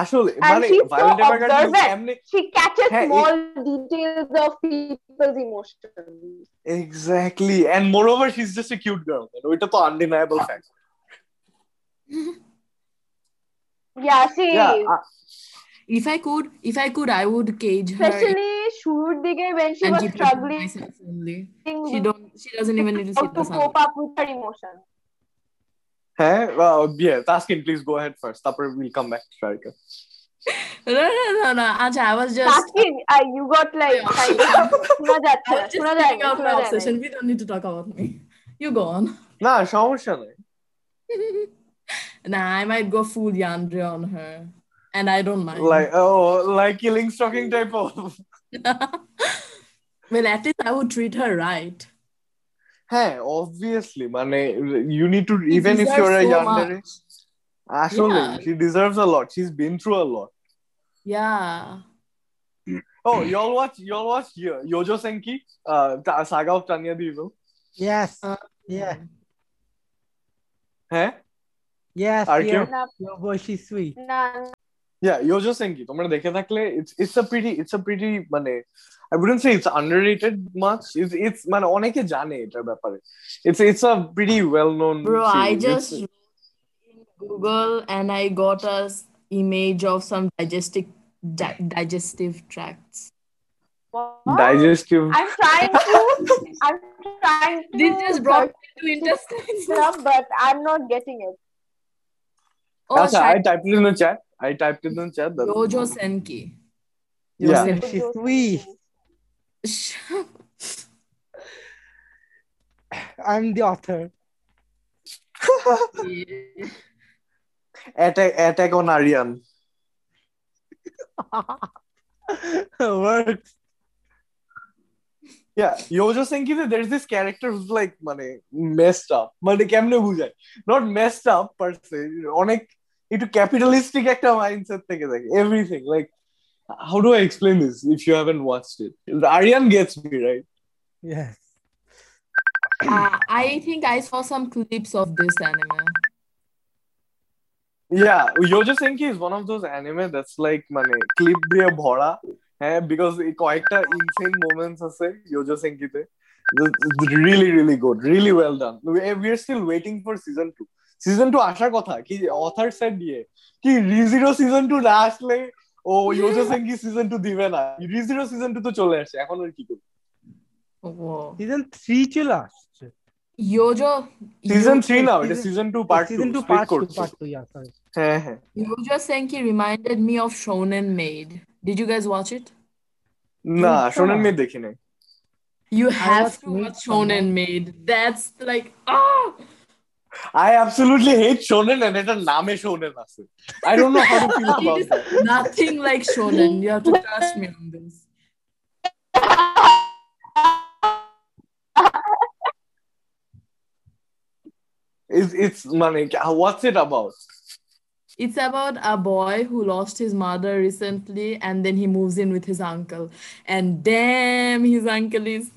আসলে
And
মানে
she's so
Violet Evergarden is
observant.
এমনি
she catches
হ্যাঁ,
small details of people's emotions
Exactly. And moreover, she's just a cute girl. You know, it's an undeniable fact.
yeah she
Yeah.
is
uh,
If I could, if I could, I would cage her
especially শুরুর দিকে when she
and
was
keep her to
struggling
myself only. She
with
don't. She doesn't even need to
how
see
to
the sun.
cope up with her emotions
hey, uh, yeah, Taskin, please go ahead first. Tapper, we'll come back to Sharika.
No, no, no, no. Acha, I was just.
Sakshi, uh, you got like
Yeah.
kind of- শোনা যাচ্ছে
I
না,
was just
শোনা যায়
putting
না,
out
শোনা
my
যায় না।
obsession. We don't need to talk about me. You go on.
Nah, eh? সমস্যা নাই।
Nah, I might go full Yandere on her, and I don't mind.
Like, oh, like killing stalking type of.
well, at least I would treat her right.
Hey, obviously, mane, you need to,
She
even if
deserves
you're a
so
yandere,
much.
actually,
Yeah.
she deserves a lot. She's been through a lot.
Yeah.
Oh, y'all watch, y'all watch Yo- Yojo Senki, uh, Ta- Saga of Tanya the Evil.
Yes.
Uh,
yeah.
Hey?
Yes.
Are
yeah.
you-
না,
Your boy, she's sweet.
না,
yeah yojo senki তোমরা দেখে থাকলে it's it's a pretty it's a pretty মানে i wouldn't say it's underrated much it's it's মানে অনেকে জানে এটার ব্যাপারে it's it's a pretty well known
Bro, I just wrote in Google and I got a s- image of some digestive di- digestive tracts.
What?
digestive
I'm trying to. I'm trying to.
This just brought me to intestines.
search it up, but I'm not getting it.
Oh,
আচ্ছা अच्छा, i
shit.
typed it in the chat i typed it in the chat that's-
Yojo Senki.
Yeah.
Yourself, she's sweet.
Sh-
I'm the author.
attack attack on aryan
Works.
yeah yojo senki there's this character who's like মানে messed up মানে কেমনে বুঝায় not messed up per se অনেক একটু capitalistic একটা mindset থেকে থাকে everything like how do i explain this if you haven't watched it aryan gets me right
Yes.
Uh, I think I saw some clips of this anime.
Yeah, Yojo Senki is one of those anime that's like মানে clip দিয়ে ভরা হ্যাঁ because এই কয়েকটা insane moments আছে Yojo Senki তে It's really really good really well done We- we are still waiting for season 2 season 2 আসার কথা কি author said দিয়ে কি রিজিরো season 2 না আসলে ও Yojo Senki season 2 দিবে না রিজিরো season 2 তো চলে আসছে এখন আর কি করবে
Whoa.
Season three till last.
Yojo
season
Yo-
3 নাও এটা season 2 part
season
2
two,
split
part two,
করছে
part two. Yeah, sorry.
হ্যাঁ হ্যাঁ
Yojo Senki reminded me of Shonen Maid. Did you guys watch it?
না
Midsummer.
শোনেন মেয়ে দেখি নাই
You have
watched
to watch
Midsummer.
Shonen Maid. That's like ah.
I absolutely hate shonen and এটার নামে shonen আছে. I don't know how to feel about
It
that.
is nothing like shonen. You have to trust me on this.
It's, it's মানে what's it about?
It's about a boy who lost his mother recently and then he moves in with his uncle. And damn, his uncle is.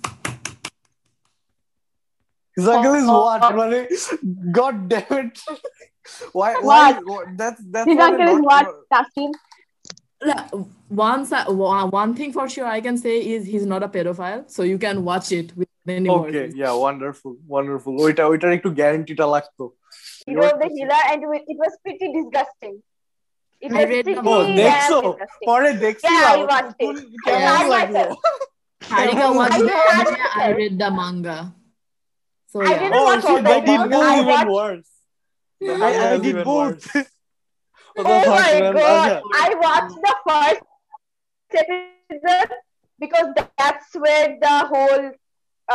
His uncle
Oh,
is what? মানে god damn it. Why? Why?
What?
That's that's.
His
what I
uncle is
not-
what? Taslim.
La- One, si- wa- one thing for sure I can say is he's not a pedophile, so you can watch it with any
Okay,
words.
yeah, wonderful, wonderful. ওইটা ওইটার একটু গ্যারান্টিটা লাগতো।
He was the healer, and it wa- it was pretty disgusting. It
I
was
read
pretty
the
O
book.
damn
দেখছো
disgusting.
পরে দেখছি
Yeah, I
R
watched it.
কোন- কেমন
I
watched
লাগলো?
Harika watched
I
the
didn't
anime,
watch
I
it.
read the manga. So
I
yeah.
didn't-
Oh
watch all
shit,
that
they did
one.
that
I
was even
watched-
worse. That
I, I
was
did
even
both.
worse.
Oh
That's
my
awesome.
god!
Raja.
I watched the first episode because that's where the whole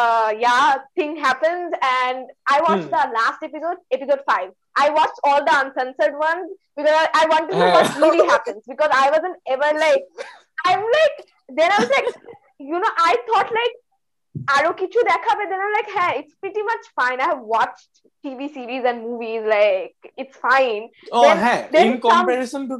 uh yeah thing happens, and I watched
Hmm.
the last episode, episode five. I watched all the uncensored ones because I, I want to know what really happens because I wasn't ever like I'm like then I was like you know I thought like আরো কিছু দেখাবে then I'm like হ্যাঁ it's pretty much fine I have watched TV series and movies like it's fine
Oh,
Then-
hey,
then
in
some-
comparison to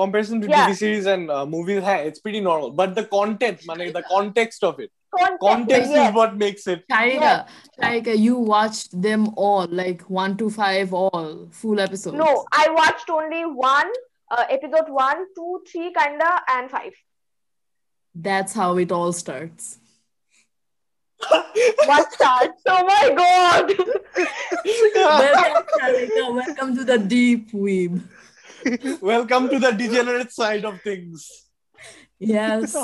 comparison to
Yeah.
TV series and uh, movies, hey, it's pretty normal. But the content, money, the context of it,
context,
context
yes.
is what makes it.
Sharika, Sharika, you watched them all, like one to five, all full episodes.
No, I watched only one uh, episode one, two, three, kinda, and five.
That's how it all starts.
One star. oh my god!
Welcome, Sharika. Welcome to the deep web.
Welcome to the degenerate side of things.
Yes.
I,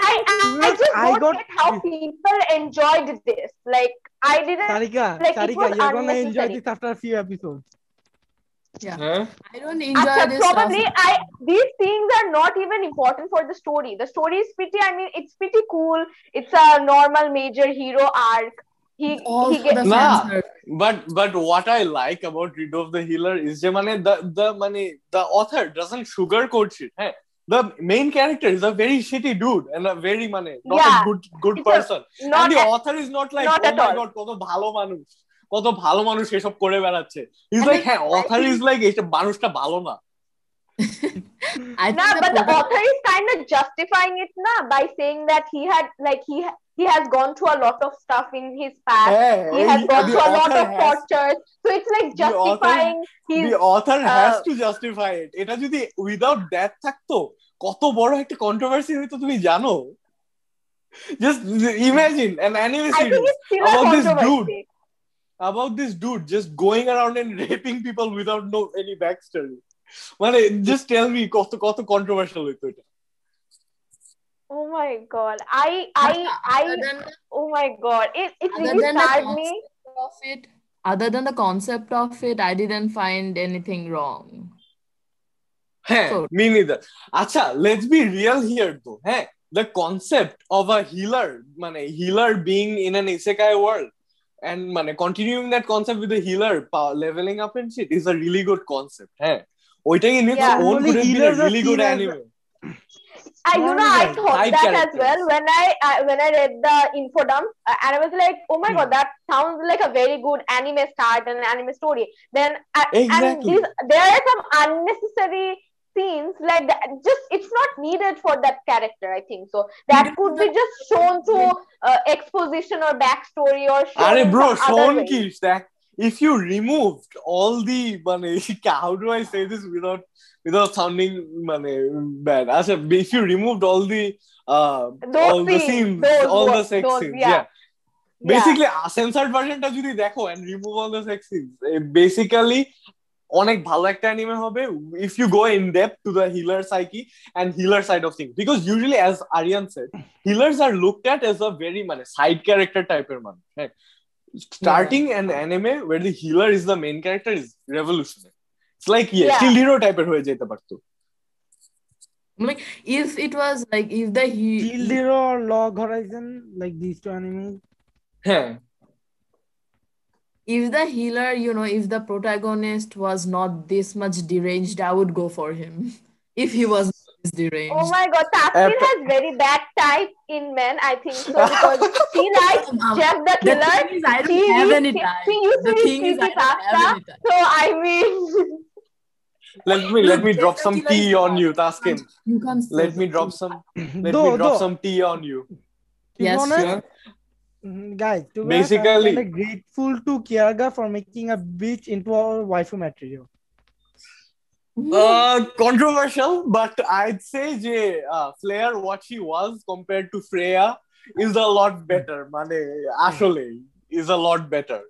I, I
Look,
just
I
don't
got-
get how people enjoyed this. Like I didn't.
Sarika,
Like, it
Sarika,
was
you're gonna enjoy
unnecessary.
this after a few episodes.
Huh?
I don't enjoy
Actually,
this stuff.
probably I these things are not even important for the story. The story is pretty. I mean, it's pretty cool. It's a normal major hero arc. He
all
he
for the
gets.
Nah.
fan service.
But but what I like about Rido of the Healer is যে মানে the the money the author doesn't sugarcoat shit. Hey, the main character is a very shitty dude and a very money not a
Yeah.
good good
It's a-
person.
Not
and the
at-
author is not like
not
oh
at
my
all."
god কত ভালো মানুষ কত ভালো মানুষ এসব করে বেড়াচ্ছে is
And
like
then
হ্যাঁ
I
author
think-
is like এটা মানুষটা ভালো না
I think
nah,
the
but the
protagonist-
author is kind of justifying it now by saying that he had like he ha- he has gone through a lot of stuff in his past.
Hey,
he has gone
the
through a lot
author
of
has-
tortures, so it's like
The author-
justifying his.
the author has
uh,
to justify it এটা যদি without that থাকতো কত বড় একটা controversy হইতো তুমি জানো just imagine an anime
I think
series
it's still a
about this dude.
controversy.
about this dude just going around and raping people without no any backstory মানে just tell me কত কত controversial হইতো এটা
Oh my god! I I I.
other than
Oh my god! It it
Other
really
than the
scared
concept
me.
of it, other than the concept of it, I didn't find anything wrong.
হ্যাঁ
So-
me neither আচ্ছা let's be real here though হ্যাঁ the concept of a healer মানে healer being in an isekai world and মানে continuing that concept with healer leveling up and shit is a really good concept হ্যাঁ ওইটাকে নিয়ে
Yeah.
On
Only
could have
healers are
really good
seen as-
anime
I, you know, I
Right.
thought
Side
that as
characters.
well when I, I when I read the info dump, uh, and I was like, oh my
Hmm.
god, that sounds like a very good anime start and an anime story. Then uh, and
Exactly.
these, there are some unnecessary scenes like that. Just it's not needed for that character. I think so. That could be just shown through uh, exposition or backstory or. shown
আরে
in
bro
some other
শোন
way.
কি দেখ if you removed all the মানে how do I say this without without sounding মানে bad আচ্ছা if you removed all the uh,
Those
all the
scenes,
scenes,
those
all the
were-
sex
those-
scenes.
yeah.
Yeah.
Yeah.
Basically, censored versionটা যদি দেখো and remove all the sex scenes, eh, basically অনেক ভালো একটা anime হবে if you go in depth to the healer psyche and healer side of things because usually as Aryan said healers are looked at as a very মানে side character type এর মানুষ right? starting an anime where the healer is the main character is revolutionary it's like yeah,
Yeah.
shield hero টাইপের হয়ে যেতে পারতো
If it was like if the
Shield
he
Hero or Log Horizon, like these two animes.
হ্যাঁ
if the healer, you know, if the protagonist was not this much deranged, I would go for him. If he was this deranged.
Oh my god, Tasneem
Epic.
has very bad type in men, I think so, because she likes
Um,
Jeff the
the
Killer.
thing is, I don't
she
have
used-
any
she-
time.
she used
The
to be
thing is, I
creepy
don't have any time.
So I mean,
let me let me
Look,
drop
Jeff the
some
Killer
tea
is
on you Taskin
You can't say
let me
that.
drop some let
though,
me drop
though,
some tea on you
to
Yes,
be honest,
yeah.
mm, guys, to be
Basically-
honest, I'm kinda grateful to Kiarga for making a bitch into our waifu material.
Oh,
uh controversial but i'd say Jay, uh, flair what she was compared to freya is a lot better mane actually is a lot better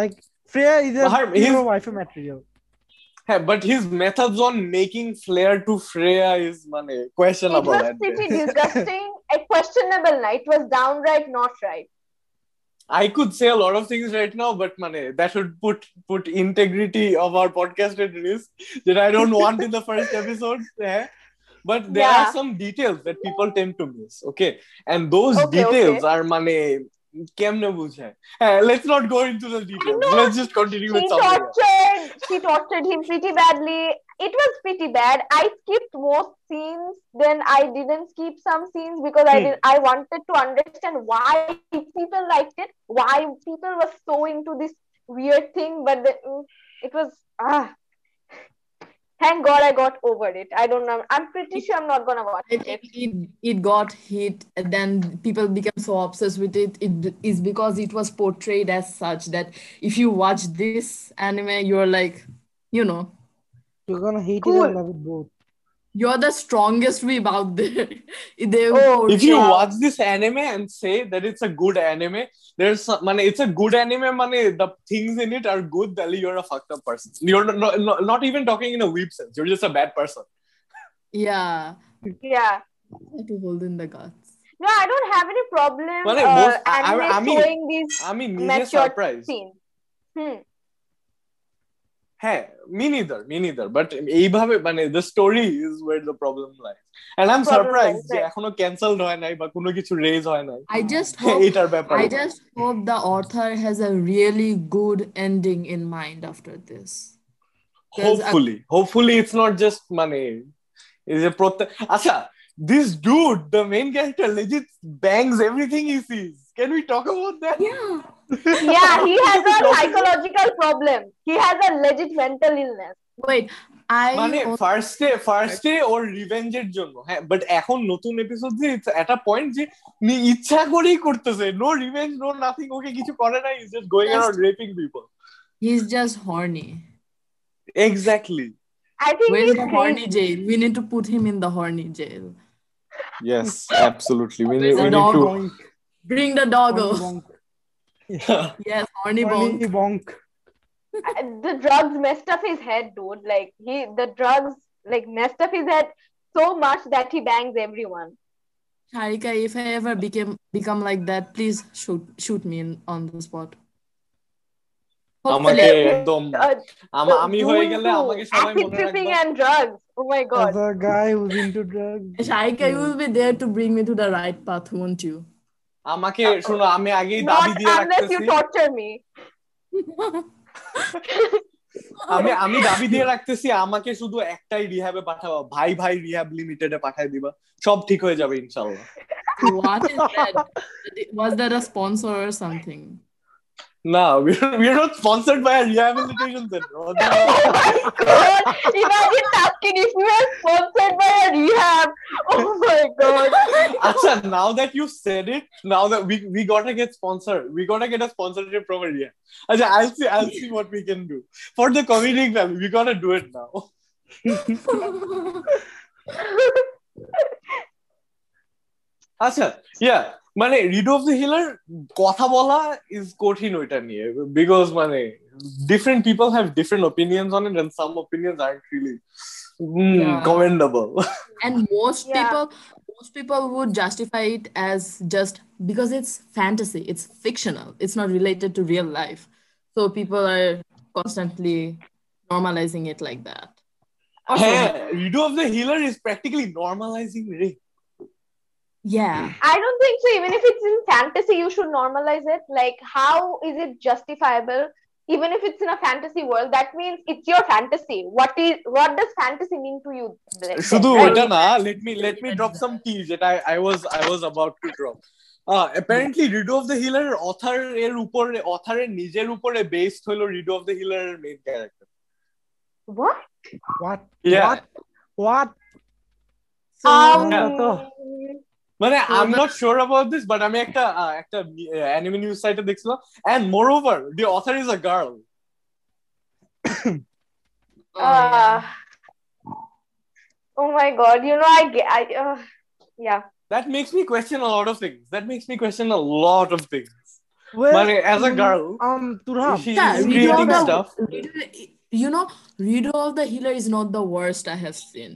Like Freya is a
Her-
pure
his-
waifu material.
Yeah, but his methods on making flair to freya is mane
it
questionable
was
at
pretty
best.
disgusting, a questionable night. It was downright not right.
i could say a lot of things right now but mane that would put put integrity of our podcast at risk that i don't want in the first episode yeah. but there
Yeah.
are some details that people tend to miss okay and those
Okay,
details are mane Eh, কেমনে বুঝায় হ্যাঁ let's not go into the details
know.
Let's just continue
She
with something
tortured, she tortured him pretty badly. It was pretty bad. I skipped most scenes. Then I didn't skip some scenes because I
Hmm.
did. I wanted to understand why people liked it, why people were so into this weird thing. But the, mm, it was ah. Thank God I got over it. I don't know. I'm pretty sure I'm not gonna watch
it,
it.
it, it got hit and then people became so obsessed with it it is because it was portrayed as such that if you watch this anime you're like you know
You're gonna hate it
Cool.
and love it both.
you're the strongest weeb out there they
Oh,
if you
Yeah.
watch this anime and say that it's a good anime, there's some, man, it's a good anime, man, the things in it are good, Dali, you're a fucked up person. You're not, not, not even talking in a weep sense. You're just a bad person.
yeah
Yeah.
to hold in the guts
No, I don't have any problem.
Well, like,
uh,
most- I- I-
anime
I mean-
showing these
আমি নিজে
Mature
surprise
scenes. Hmm.
হ্যাঁ me neither me neither but এইভাবে মানে the story is where the problem like and I am
Problem
surprise
lies,
যে
right.
এখনো cancelled হয় নাই বা কোনো কিছু রেজ হয় নাই
i just hope
এটার ব্যাপারে
i just hope the author has a really good ending in mind after this Because I-
hopefully hopefully it's not just মানে এই যে প্রত্যেক আচ্ছা this dude the main character legit bangs everything he sees can we talk about that
yeah
Yeah, he has a psychological problem. He has a legit mental illness.
Wait, I
মানে
only-
ফার্স্টে ফার্স্টে ওর রিভেঞ্জের জন্য হ্যাঁ but এখন নতুন episode যে একটা point যে নি ইচ্ছা করেই করতেছে no revenge no nothing okay কিছু করে না is just going around raping people
he's just horny.
Exactly
I think
Where's
he's
the horny
crazy.
jail? We need to put him in the horny jail.
Yes absolutely we need
There's a
we need
dog
to
Bonk,
Bring the
bonk,
doggo.
bonk.
Yes, horny
Only
bone.
bonk.
I- Uh, the drugs messed up his head, dude. Like he, the drugs like messed up his head so much that he bangs everyone.
Harika, if I ever became become like that, please shoot shoot me in, on the spot.
আমাকে
Hopefully,
একদম
Uh,
আমা- আমি হয়ে
due
গেলে
to
আমাকে সবাই
acid
মনে
tripping
রাখবে
and drugs. Oh my
As
god.
a guy who's into drugs.
Sharika, you will be there to bring me to the right path, won't you?
আমাকে শোনো আমি আগেই দাবি
Uh, Not
দিয়ে
unless
রাখতেছি
you torture me.
আমি আমি দাবি দিয়ে রাখতেছি আমাকে শুধু একটাই রিহ্যাবে পাঠাবা ভাই ভাই রিহ্যাব লিমিটেডে পাঠায় দিবা সব ঠিক হয়ে যাবে ইনশাআল্লাহ
what is that? Was that a sponsor or something?
No, we're, we're not sponsored by a rehabilitation center. What the-
God, imagine asking if you are sponsored by a rehab. Oh my god.
Acha, আচ্ছা, now that you said it, now that we, we gotta get sponsored. We gotta get a sponsorship from a rehab. Acha, I'll see I'll see what we can do. For the comedic value, we gotta do it now. আচ্ছা yeah মানে Redo of the Healer কথা বলা is কঠিন ওইটা নিয়ে because মানে different people have different opinions on it and some opinions are really mm,
Yeah.
Commendable
and most
Yeah.
people most people would justify it as just because it's fantasy it's fictional it's not related to real life so people are constantly normalizing it like that Also-
হ্যাঁ Redo of the Healer is practically normalising রে
yeah
I don't think so. Even if it's in fantasy, you should normalize it. Like, how is it justifiable? Even if it's in a fantasy world, that means it's your fantasy. What is what does fantasy mean to you? then,
শুধু
right?
ওটা না let me let me drop some tea যেটা I was I was about to drop apparently riddle of the healer author এর উপরে অথারের নিজের উপরে based হলো riddle of the healer main character
What?
What?
Yeah.
What? What?
so
Um,
Yeah.
Oh,
মানে
So
I am
the-
not sure about this but আমি একটা আহ, একটা অ্যানিমে নিউজ সাইটে দেখছিলাম and more over the other is a girl
uh,
uh, oh my god! You know, I ge- I uh, yeah.
That makes me question a lot of things that makes me question a lot of things
Well,
মানে as a girl
um, Turham.
She
Yeah,
is
read
creating
all the-
stuff
Riddle- you know Riddle of the healer is not the worst i have seen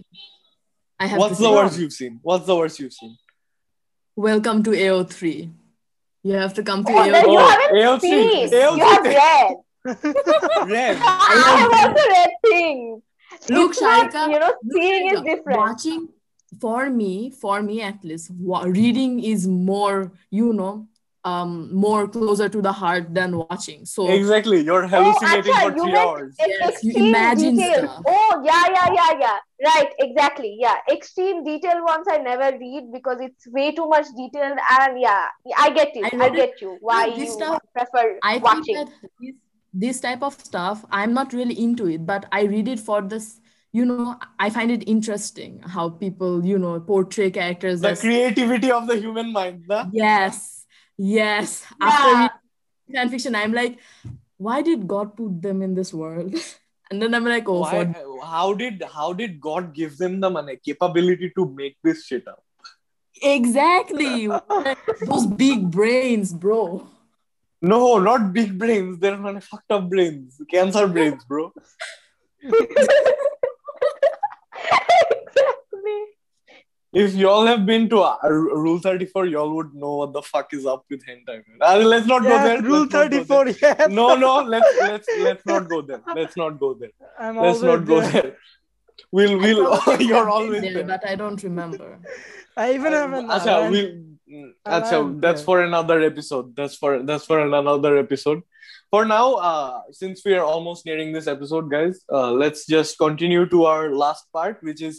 i have to
what's the
say.
Worst you scene what's the worst you seen
welcome to ao3 you have to come to
Oh,
ao3
You haven't
AOC
Please, you have
AOC
read.
red
I have also read things.
Look,
It's not,
Sharika,
you know,
Look,
seeing is
Priyanka,
different.
Watching for me, for me at least, wa- reading is more, you know, um, more closer to the heart than watching. So
exactly you're hallucinating
Acha,
for
Oh, you
3
meant-
hours
Ex-
Yes, you
extreme
imagine
detail.
stuff.
Oh, yeah, yeah, yeah, yeah. Right, exactly. Yeah, extreme detail ones I never read because it's way too much detail. And yeah, I get you.
I
I,
read it-
get you. Why
this
you
stuff-
prefer
I
watching?
think that this, this type of stuff, I'm not really into it, but I read it for this, you know, I find it interesting how people, you know, portray characters
the
as
creativity of the human mind na?
Yes, yes. After
Yeah.
reading fan fiction, I'm like, why did God put them in this world? And then I'm like, oh,
Why,
for
how did how did God give them the money capability to make this shit up?
exactly those big brains, bro.
No, not big brains. They're not fucked up brains. Cancer brains, bro.
exactly.
If y'all have been to uh, Ru- Rule 34, y'all would know what the fuck is up with hentai. Man. Uh, let's not go
Yes,
there.
rule
let's not go
34. Yes.
there. No, no, let's let's let's not go there. Let's not go there.
I'm
Let's
always
not go
there.
there. We'll
I
we'll
probably
Oh, you're
have been
always
there,
there.
but I don't remember.
I even have an
আচ্ছা Uh,
Aran-
we আচ্ছা
Alarm
that's
bell.
for another episode that's for that's for another episode for now uh since we are almost nearing this episode guys uh, let's just continue to our last part which is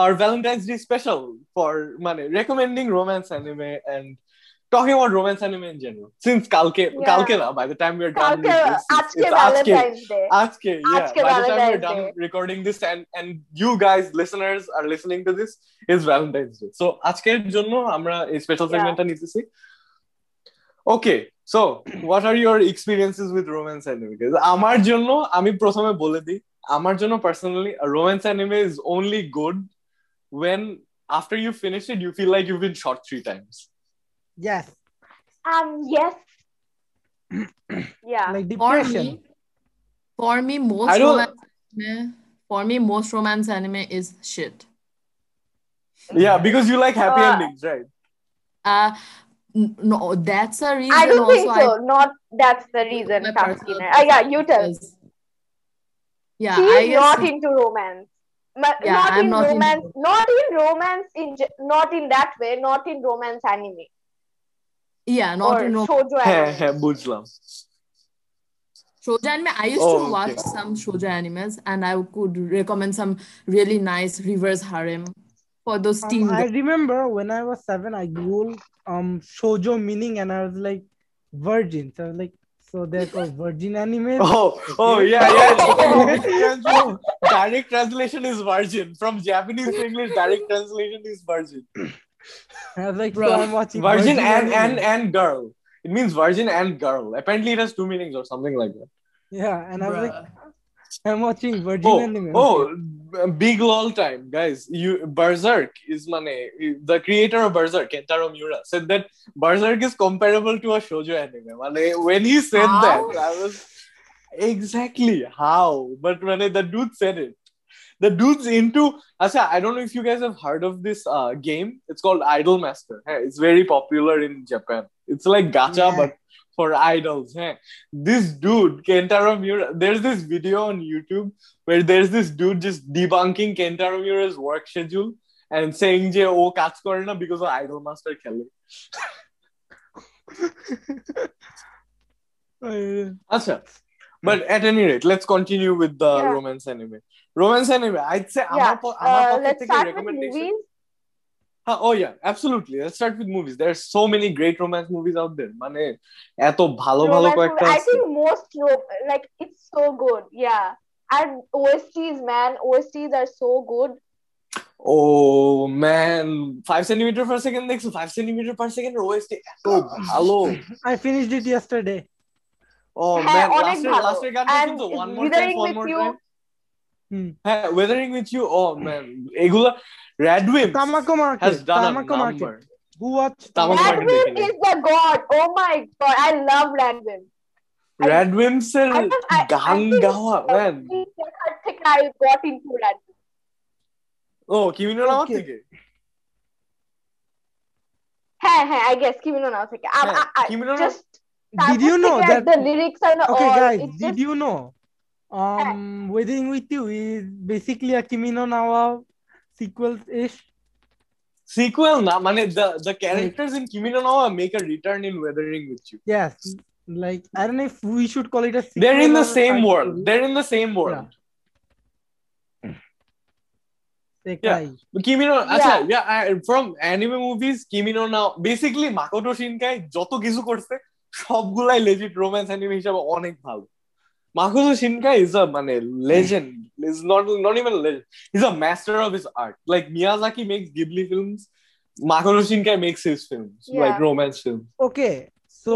our valentine's day special for মানে recommending romance anime and talking about romance anime in general, since Kalke,
Yeah.
Kalke na, by the time we're done
কালকে
with this, it's, Uh,
আজকে
it's Ajke.
Valentine's day
Ajke, yeah.
Ajke
By the time we're
Valentine's
done
Day.
recording this and and you guys listeners are listening to this is Valentine's Day. So আজকের জন্য আমরা এই special
Yeah.
সেগমেন্টটা নিতেছি। Okay, so what are your experiences with romance anime? Because আমার জন্য আমি প্রথমে বলে দিই আমার জন্য personally a romance anime is only good when after you finish it you feel like you've been shot three times.
Yes,
um yes yeah
like
For
depression.
me, for me, most
I don't-
romance anime, for me, most romance anime is shit.
Yeah, because you like happy
Mm-hmm. Uh,
endings, right?
Uh, n- no, that's a reason.
I don't
also
think so. Not that's the reason,
my personal
Tamskina. Uh, yeah, you tell.
is- Yeah,
She's
I guess
not into romance. But
Yeah,
not
I'm
in
not into
romance. Not in romance. In ge- not in that way. Not in romance anime
yeah, not
or
in rom-
shoujo
হ্যাঁ
anime.
হ্যাঁ বুঝলাম
shoujo anime. I used
Oh,
to
okay.
watch some shoujo animes, and I could recommend some really nice reverse harem for those
Oh
Um,
teen.
I
girls.
remember when I was seven, I googled um shoujo meaning, and I was like virgin. So I was like, so they're called virgin animes.
Oh, oh yeah, yeah. yeah. So, direct translation is virgin. From Japanese to English, direct translation is virgin.
I was like,
Bro.
so I'm watching
Virgin and
anime.
and and girl. It means virgin and girl. Apparently, it has two meanings or something like that.
yeah, and I was like,
Bruh.
I'm watching virgin anime.
Oh,
Okay.
oh, big lol time, guys. You Berserk is mane. The creator of Berserk, Kentaro Miura, said that Berserk is comparable to a shoujo anime. Mane, when he said
How?
that, I was exactly how. But when the dude said it, the dude's into. Acha, I don't know if you guys have heard of this uh, game. It's called Idol Master. Hey, it's very popular in Japan. It's like gacha,
Yeah.
but for idols. Hey, this dude Kentaro Miura. There's this video on YouTube where there's this dude just debunking Kentaro Miura's work schedule and saying যে ও কাজ করে না because of Idol Master খেলে
Uh,
আচ্ছা but at any rate let's continue with the
Hmm. Yeah.
romance anime romance anime I'd say আমার
Yeah,
প- আমার
Uh,
পক্ষ
let's
থেকে
start with
recommendation
movies.
হ্যাঁ, oh yeah absolutely let's start with movies there are so many great romance movies out there মানে এত ভালো ভালো
Romance
কয়েকটা
movie. I
আছে
think most ro- like it's so good. Yeah, and OSTs, man, OSTs are so good.
oh man 5 centimeter per second দেখছো 5 centimeter per second এর OST এত ভালো
I finished it yesterday.
Oh
হ্যাঁ,
man,
অনেক
last year,
ভালো।
last year গানটা
And
কিন্তু one more
Withering
time, one
With
more
You.
time.
Hmm.
হ্যাঁ, weathering with you. Oh man, এগুলা Radwimps
Tamako Market.
has done a
Tamako Market.
number.
Who watched
Tamako Market.
Radwimp
দেখি নাই।
is the god. Oh my god, I love Radwimp. I-
Radwimps এর
I think I-
গান
I think-
গাওয়া, man.
Every record থেকে I got into Radwimp.
ও, কিমিনো না আমার
Okay.
থেকে?
Um, হ্যাঁ হ্যাঁ I guess Kimino Now থেকে। I-
হ্যাঁ,
I- I-
কিমিনো না-
just
Did you know
তারপর থেকে
that?
the lyrics and
Okay,
all
guys,
it's
did
just
you know? Um, Wedding with You is basically a Kimi no Nawa sequel ish.
sequel না, মানে the- the characters in Kimino Nawa make a return in Weathering with You.
Yes, like I don't know if we should call it a sequel.
They're in the
or a
same
sequel.
world. They're in the same world.
Sekai.
Kimi no
Yeah.
আচ্ছা yeah, I- from anime movies Kimi no now basically Makoto Shinkai যত কিছু করছে সবগুলাই legit romance anime হিসাবে অনেক ভালো Makoto Shinkai is a মানে legend is not not even legend is a master of his art like Miyazaki makes Ghibli films Makoto Shinkai makes his films
Yeah.
Like romance films
Okay, so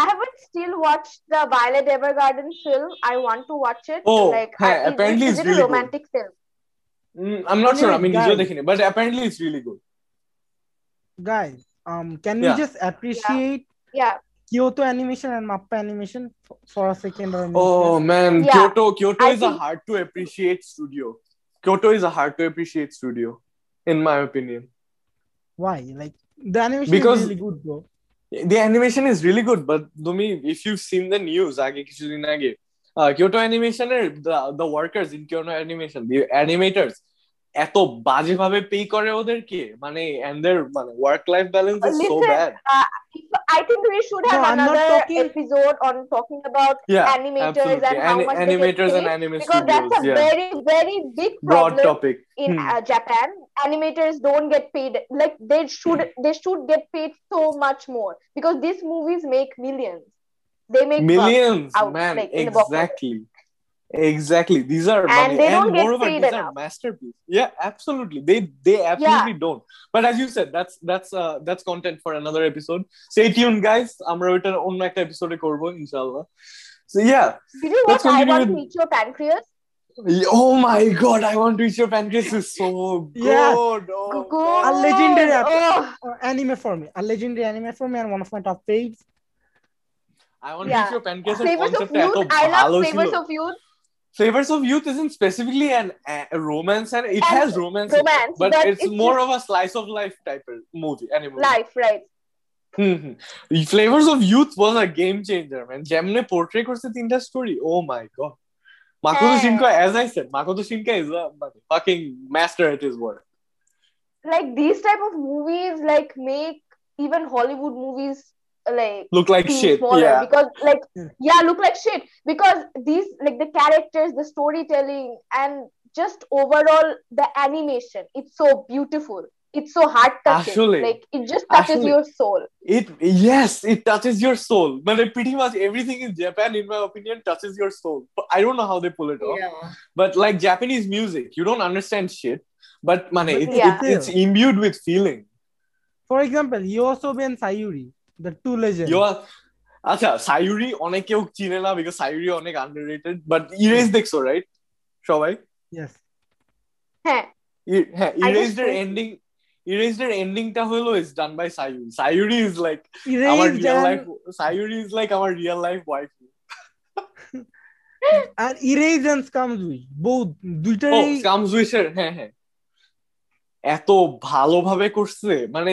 I haven't still watched the Violet Evergarden film. I want to watch it.
Oh,
like
হ্যাঁ,
I,
apparently
is,
it's
it
really
a
good.
romantic film?
I am not sure
Anyway,
আমি নিজেও
guys.
দেখিনি but apparently it's really good
guys, um, can
Yeah.
we just appreciate
Yeah.
Kyoto animation and Mappa animation f- for a second or a minute?
Oh man,
Yeah.
Kyoto Kyoto
I
is a
think-
hard to appreciate studio. Kyoto is a hard to appreciate studio, in my opinion.
Why? Like the animation
Because-
is really good, bro.
The animation is really good, but Dumi, if you've seen the news, আগে কিছুদিন আগে, uh, Kyoto Animation, the, the workers in Kyoto Animation, the animators, এত বাজেভাবে pay করে ওদেরকে মানে and their মানে work life balance is so
Listen,
bad
I think we should have
No, I'm not
another
talking-
episode on talking about
yeah
animators and
absolutely
how
Ani-
much they get
animators and
paid,
anime
because
studios
that's a
yeah
very very big
broad
problem
topic
in
Hmm.
uh, Japan. Animators don't get paid like they should.
Hmm.
They should get paid so much more because these movies make millions. They make bucks.
millions
out,
man
like, in the box office.
exactly exactly these are
And
money
they
and
don't get
moreover
paid
these are
enough.
masterpieces yeah absolutely they they absolutely don't but as you said that's that's uh, that's content for another episode stay tuned guys আমরা ওইটা অন্য একটা episode এ করবো ইনশাআল্lah so yeah
Did you
Let's
watch I
continue
Want to
with-
Eat Your Pancreas?
oh my god i want to eat your pancreas is so good
Yeah.
oh,
Good.
A legendary app-
Oh,
Uh, anime for me, a legendary anime for me, and one of my top faves.
i want to
Yeah.
eat your pancreas এর
Flavors of
concept এত
Youth. I
ভালো
love
ছিল
Flavors of Youth.
Flavors of Youth isn't specifically an a romance, and it
And
has romance, in it,
romance,
but,
but
it's,
it's
more of a slice of life type of movie. Anime.
Life, right?
movie. Mhm. Flavors of Youth was a game changer, man. Jemne portray করছে তিনটা story. Oh my god. Makoto
হ্যাঁ।
Shinkai, as I said, Makoto Shinkai is a fucking master at his work.
Like these type of movies, like make even Hollywood movies like
Look like
seem
shit.
smaller
Yeah. Hmm.
because like
Yeah.
yeah look like shit because these like the characters the storytelling and just overall the animation it's so beautiful it's so heart touching
Actually-
like it just touches
actually-
your soul
It yes, it touches your soul. But pretty much everything in Japan, in my opinion, touches your soul. I don't know how they pull
"Oh,
it off.
Yeah.
but like Japanese music, you don't understand shit. But man,
But
it,
Yeah.
it, it's imbued with feeling.
For example, Yosobe and Sayuri, the two legends.
You are আচ্ছা সায়ুরি অনেকেও চিনে না because Sayuri অনেক underrated but Erased দেখছো right সবাই
Yes.
হ্যাঁ
ই- হ্যাঁ erased এর
don't-
এন্ডিং ইরেজড এর এন্ডিংটা হলো is done by Sayuri Sayuri is like আমার
Erased
real life
and,
Sayuri is like আমার real life wife
and Erased and Scamzui. Both.
ও
দুইটারই
স্কামস উইশের হ্যাঁ হ্যাঁ এত ভালোভাবে করছে মানে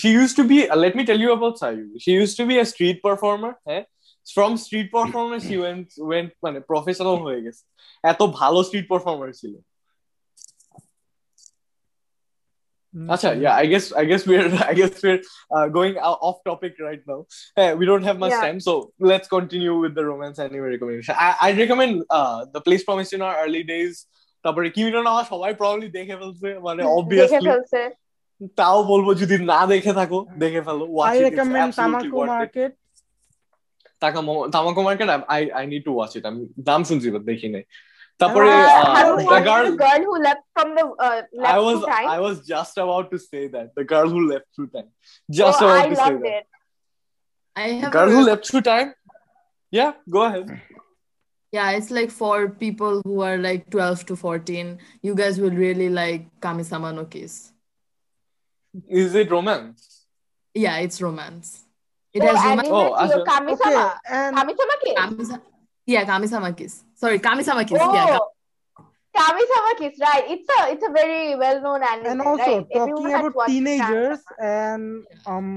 she used to be uh, let me tell you about Sayuri she used to be a street performer হ্যাঁ from street performer she went went মানে professional হয়ে গেছে এত ভালো street performer ছিল আচ্ছা
Mm-hmm.
yeah I guess I guess we're I guess we're uh, going o- off topic right now Uh, we don't have much
Yeah.
time so let's continue with the romance anime recommendation I, I recommend uh, the place promised in our early days তারপরে কিমিনো না আমার সবাই probably দেখে ফেলছে মানে
দেখে
obviously
ফেলছে
তাও বলবো যদি না দেখে থাকো দেখে ফেলো watch
I
it. It's
recommend
absolutely
Tamako
worth it.
Market.
Takamo- Tamako Market I, I I need to watch it আমি নাম শুনছি but দেখি নাই তারপরে
Uh,
uh,
have you
the
the
watched
girl
the girl who left from the uh, left
I was
through time
I was just about to say that the girl who left through time just
oh,
about
I
to say
loved
that
it
I have
girl
a-
who left through time yeah go ahead
Yeah, it's like for people who are like 12 to 14. You guys will really like Kamisama no Kiss.
is it romance
Yeah, it's romance. It
oh,
has
anime
romance.
Oh,
ছিল
আচ্ছা।
কামিসামা
Okay. And
কামিসামা K
Kamisa- yeah, Kamisama Kiss. Sorry, Kamisama Kiss. Yeah, Kam-
Oh, Kamisama Kiss, right? It's a it's a very well known anime,
and also
right? Everyone
talking
has
about
watched
teenagers and um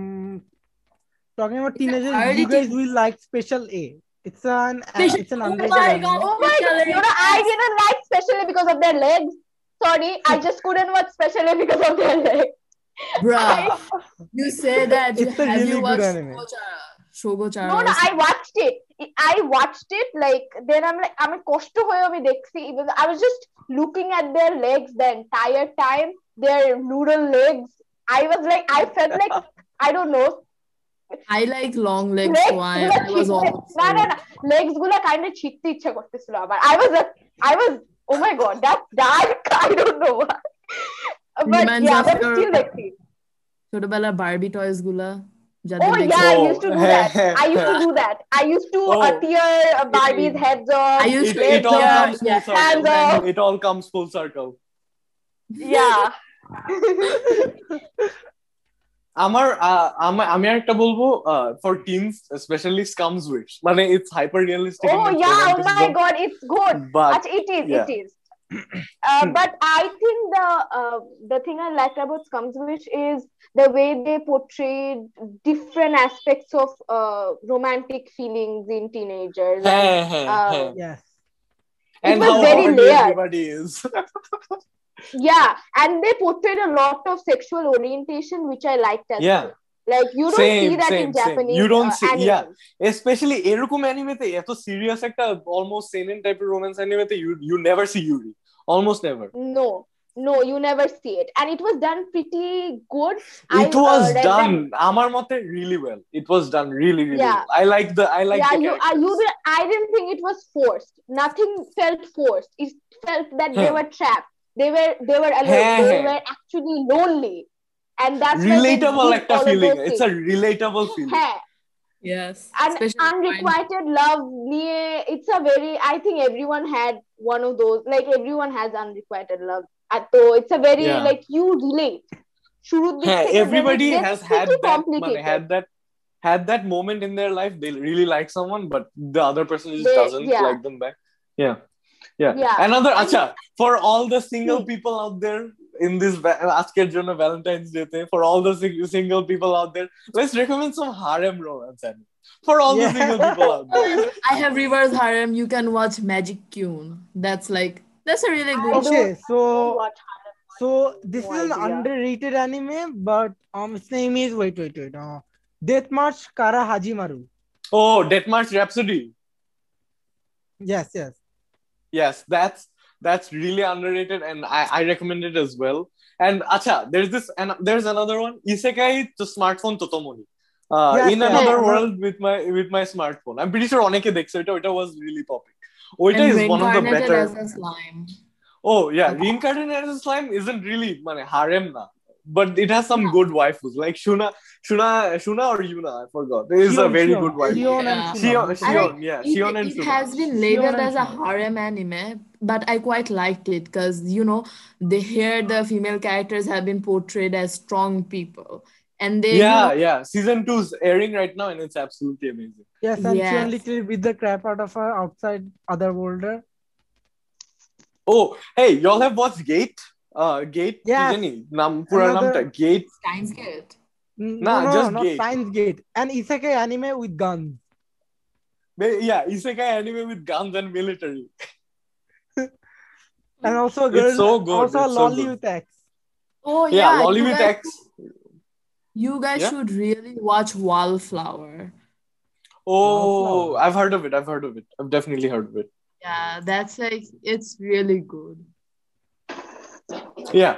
talking about
an
teenagers
early
you guys
teen-
will like special a it's an uh,
Special-
it's an
Oh
underrated
my
anime.
God,
Oh my god,
Special
you know, I
Ed.
didn't like Special Ed because of their legs. Sorry, I just couldn't watch Special Ed because of their legs.
bruh. You say that.
It's a
have
really
you
good
watched
anime.
Shogochara? Shogochara
No,
or
no,
something?
I watched it. I watched it like then I'm like I'm কষ্ট হয়ে আমি দেখছি even I was just looking at their legs the entire time, their noodle legs. I was like I felt like I don't know
I like long legs,
Legs
so I,
গুলা
I was
ছিঁড়তে-
all.
না না না legs গুলো kind of ছিটতে ইচ্ছা করতেছিল আমার I was I was oh my god that dark I don't know but
Reminds
yeah
us
but
your-
still দেখছি
ছোটবেলায় বার্বি টয়েস গুলা
ও
যাদের
ইয়া I
Oh,
use to do that I use to do that I use to
Oh.
Tear Barbies heads on
I used
it,
to-
it all
yeah,
comes full
yeah.
circle
And,
it all comes full circle
ya
আমার আহ, আমা- আমি একটা বলবো for teens specially স্কামস which মানে it's hyper realistic
oh yeah oh my god it's good
but
But it is,
yeah. Hmm.
it is. Uh, but I think the uh, the thing I liked about Skamsvich is the way they portrayed different aspects of uh, romantic feelings in teenagers.
হ্যাঁ হ্যাঁ
Uh,
হ্যাঁ
yes
and
was
how
very
horny
layered.
everybody is
yeah and they portrayed a lot of sexual orientation which i liked as
Yeah.
well like you don't see
Same,
that
same,
in
same.
japanese
You don't
uh,
see- yeah.
animes.
Specially এরকম অ্যানিমেতে এত serious একটা almost seinen টাইপের romance অ্যানিমেতে you you never see yuri almost never
no no you never see it and it was done pretty good
It was
uh, read
done. Amar mote really well. It was done really really
Yeah.
well. I like the I like
yeah,
the
you, I,
characters.
you did, I didn't think it was forced. Nothing felt forced. It felt that they
Huh.
were trapped. They were they were alone.
Hey,
they
hey.
were actually lonely, and that's why they
relatable
did
like
all of
feeling.
those
It's a
things.
relatable feeling.
Hey,
yes
and
especially when-
unrequited love. নিয়ে It's a very. I think everyone had one of those. Like everyone has unrequited love. And So it's a very
Yeah.
like you relate. শুরুর দিক
হ্যাঁ
থেকে when it
everybody
gets
has
pretty
had that মানে,
complicated.
had that had that moment in their life they really like someone but the other person just
They-
doesn't
yeah.
like them back yeah yeah,
Yeah.
another acha for all the single
Hmm.
people out there in this va- আজকের জন্য valentine's day তে, for all the sing- single people out there let's recommend some harem romance anime for all the
Yeah.
single people out there
I have reverse harem. You can watch Magic Kyun. That's like that's a really good.
don't-
Okay, so
What
So this
No
is an
idea.
underrated anime, but um, its name is wait, wait, wait. Uh, Death March Kara Hajimaru.
oh death march rhapsody
Yes, yes.
yes that's that's really underrated and i i recommend it as well and acha there's this and there's another one isekai to smartphone totomoni uh,
Yes,
in
yes.
another
Yeah.
world with my with my smartphone i'm pretty sure অনেকে দেখছে এটা ওটা was really popular ওইটা is one of the
reincarnated
better
as a slime.
oh yeah reincarnated as a slime isn't really মানে harem na but it has some good waifus like shuna shuna shuna or yuna i forgot it is a
Shion,
very
Shion.
good waifu
Shion and
Yeah.
Shion,
Shuna.
Shion, yeah,
It,
Shion and
it
Shuna.
has been labeled
Shion
as
and
a
Shion.
harem anime, but I quite liked it because you know they here the female characters have been portrayed as strong people, and they you
yeah,
know,
yeah. Season two is airing right now, and it's absolutely amazing.
Yes, and she
Yes.
only literally beat the crap out of her outside otherworlder.
Oh, hey, y'all have watched Gate? Uh, Gate.
Yes.
Jenny, nam pura
Another-
namta Gate.
Steins Gate.
N-
Nah,
Mm, no, no,
just
not
gay.
Science Gate. An isekai anime with guns.
Ba- Yeah, isekai anime with guns and military.
Mm.
And also a
It's
girl.
so good,
Also a
it's so
lolly
good.
with X.
Oh
Yeah,
yeah,
Lolly
you
with
guys,
X.
you guys
Yeah.
should really watch Wallflower.
Oh,
Wallflower.
I've heard of it. I've heard of it. I've definitely heard of it.
Yeah, that's like it's really good.
Yeah.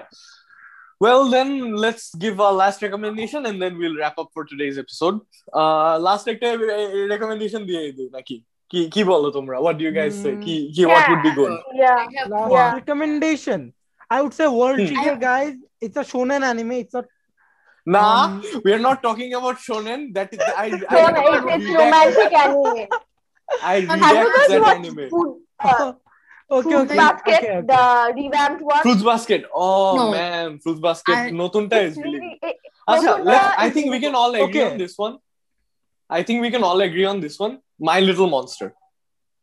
Well, then let's give our last recommendation, and then we'll wrap up for today's episode. Uh, last একটা re- recommendation দিয়ে দিই নাকি? কি কি বলো তোমরা? What do you guys say? কি কি what would be good?
yeah
I have
Last
Yeah.
recommendation. I would say World
Hmm.
Cheater, guys. It's a shonen anime. It's not.
Nah.
um,
We are not talking about shonen. That is, I, I,
No, no,
I
it's, it's
redact,
romantic anime.
I
Have you
redact
guys
that
watched
anime.
Food, uh,
okay,
Fruit
okay,
Basket,
okay, okay.
the revamped one?
Fruits Basket. Oh
No.
man, Fruits Basket.
I-
Notunta
It's
is really.
really- it-
Acha,
Notunta
let's, I
is
think we can all agree
Okay.
on this one. I think we can all agree on this one. My Little Monster.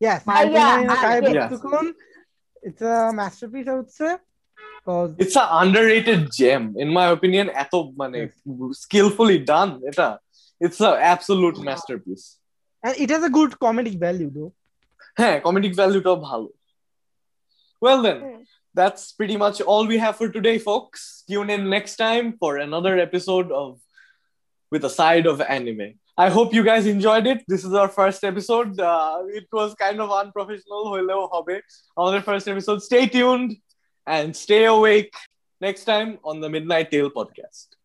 Yes,
My
I think
yeah,
in
I-
Kaiba
yes.
Tsukun, it's a masterpiece, I would say. Because
It's an underrated gem, in my opinion. এত মানে
Hmm.
skillfully done. এটা. It's an absolute masterpiece.
and it has a good comedic value, though.
হ্যাঁ comedic ভ্যালুটাও ভালো Well then,
Hmm.
that's pretty much all we have for today, folks. Tune in next time for another episode of With a Side of Anime. I hope you guys enjoyed it. This is our first episode. Uh, it was kind of unprofessional. হইলেও হবে আমাদের first episode. Stay tuned and stay awake next time on the Midnight Tale podcast.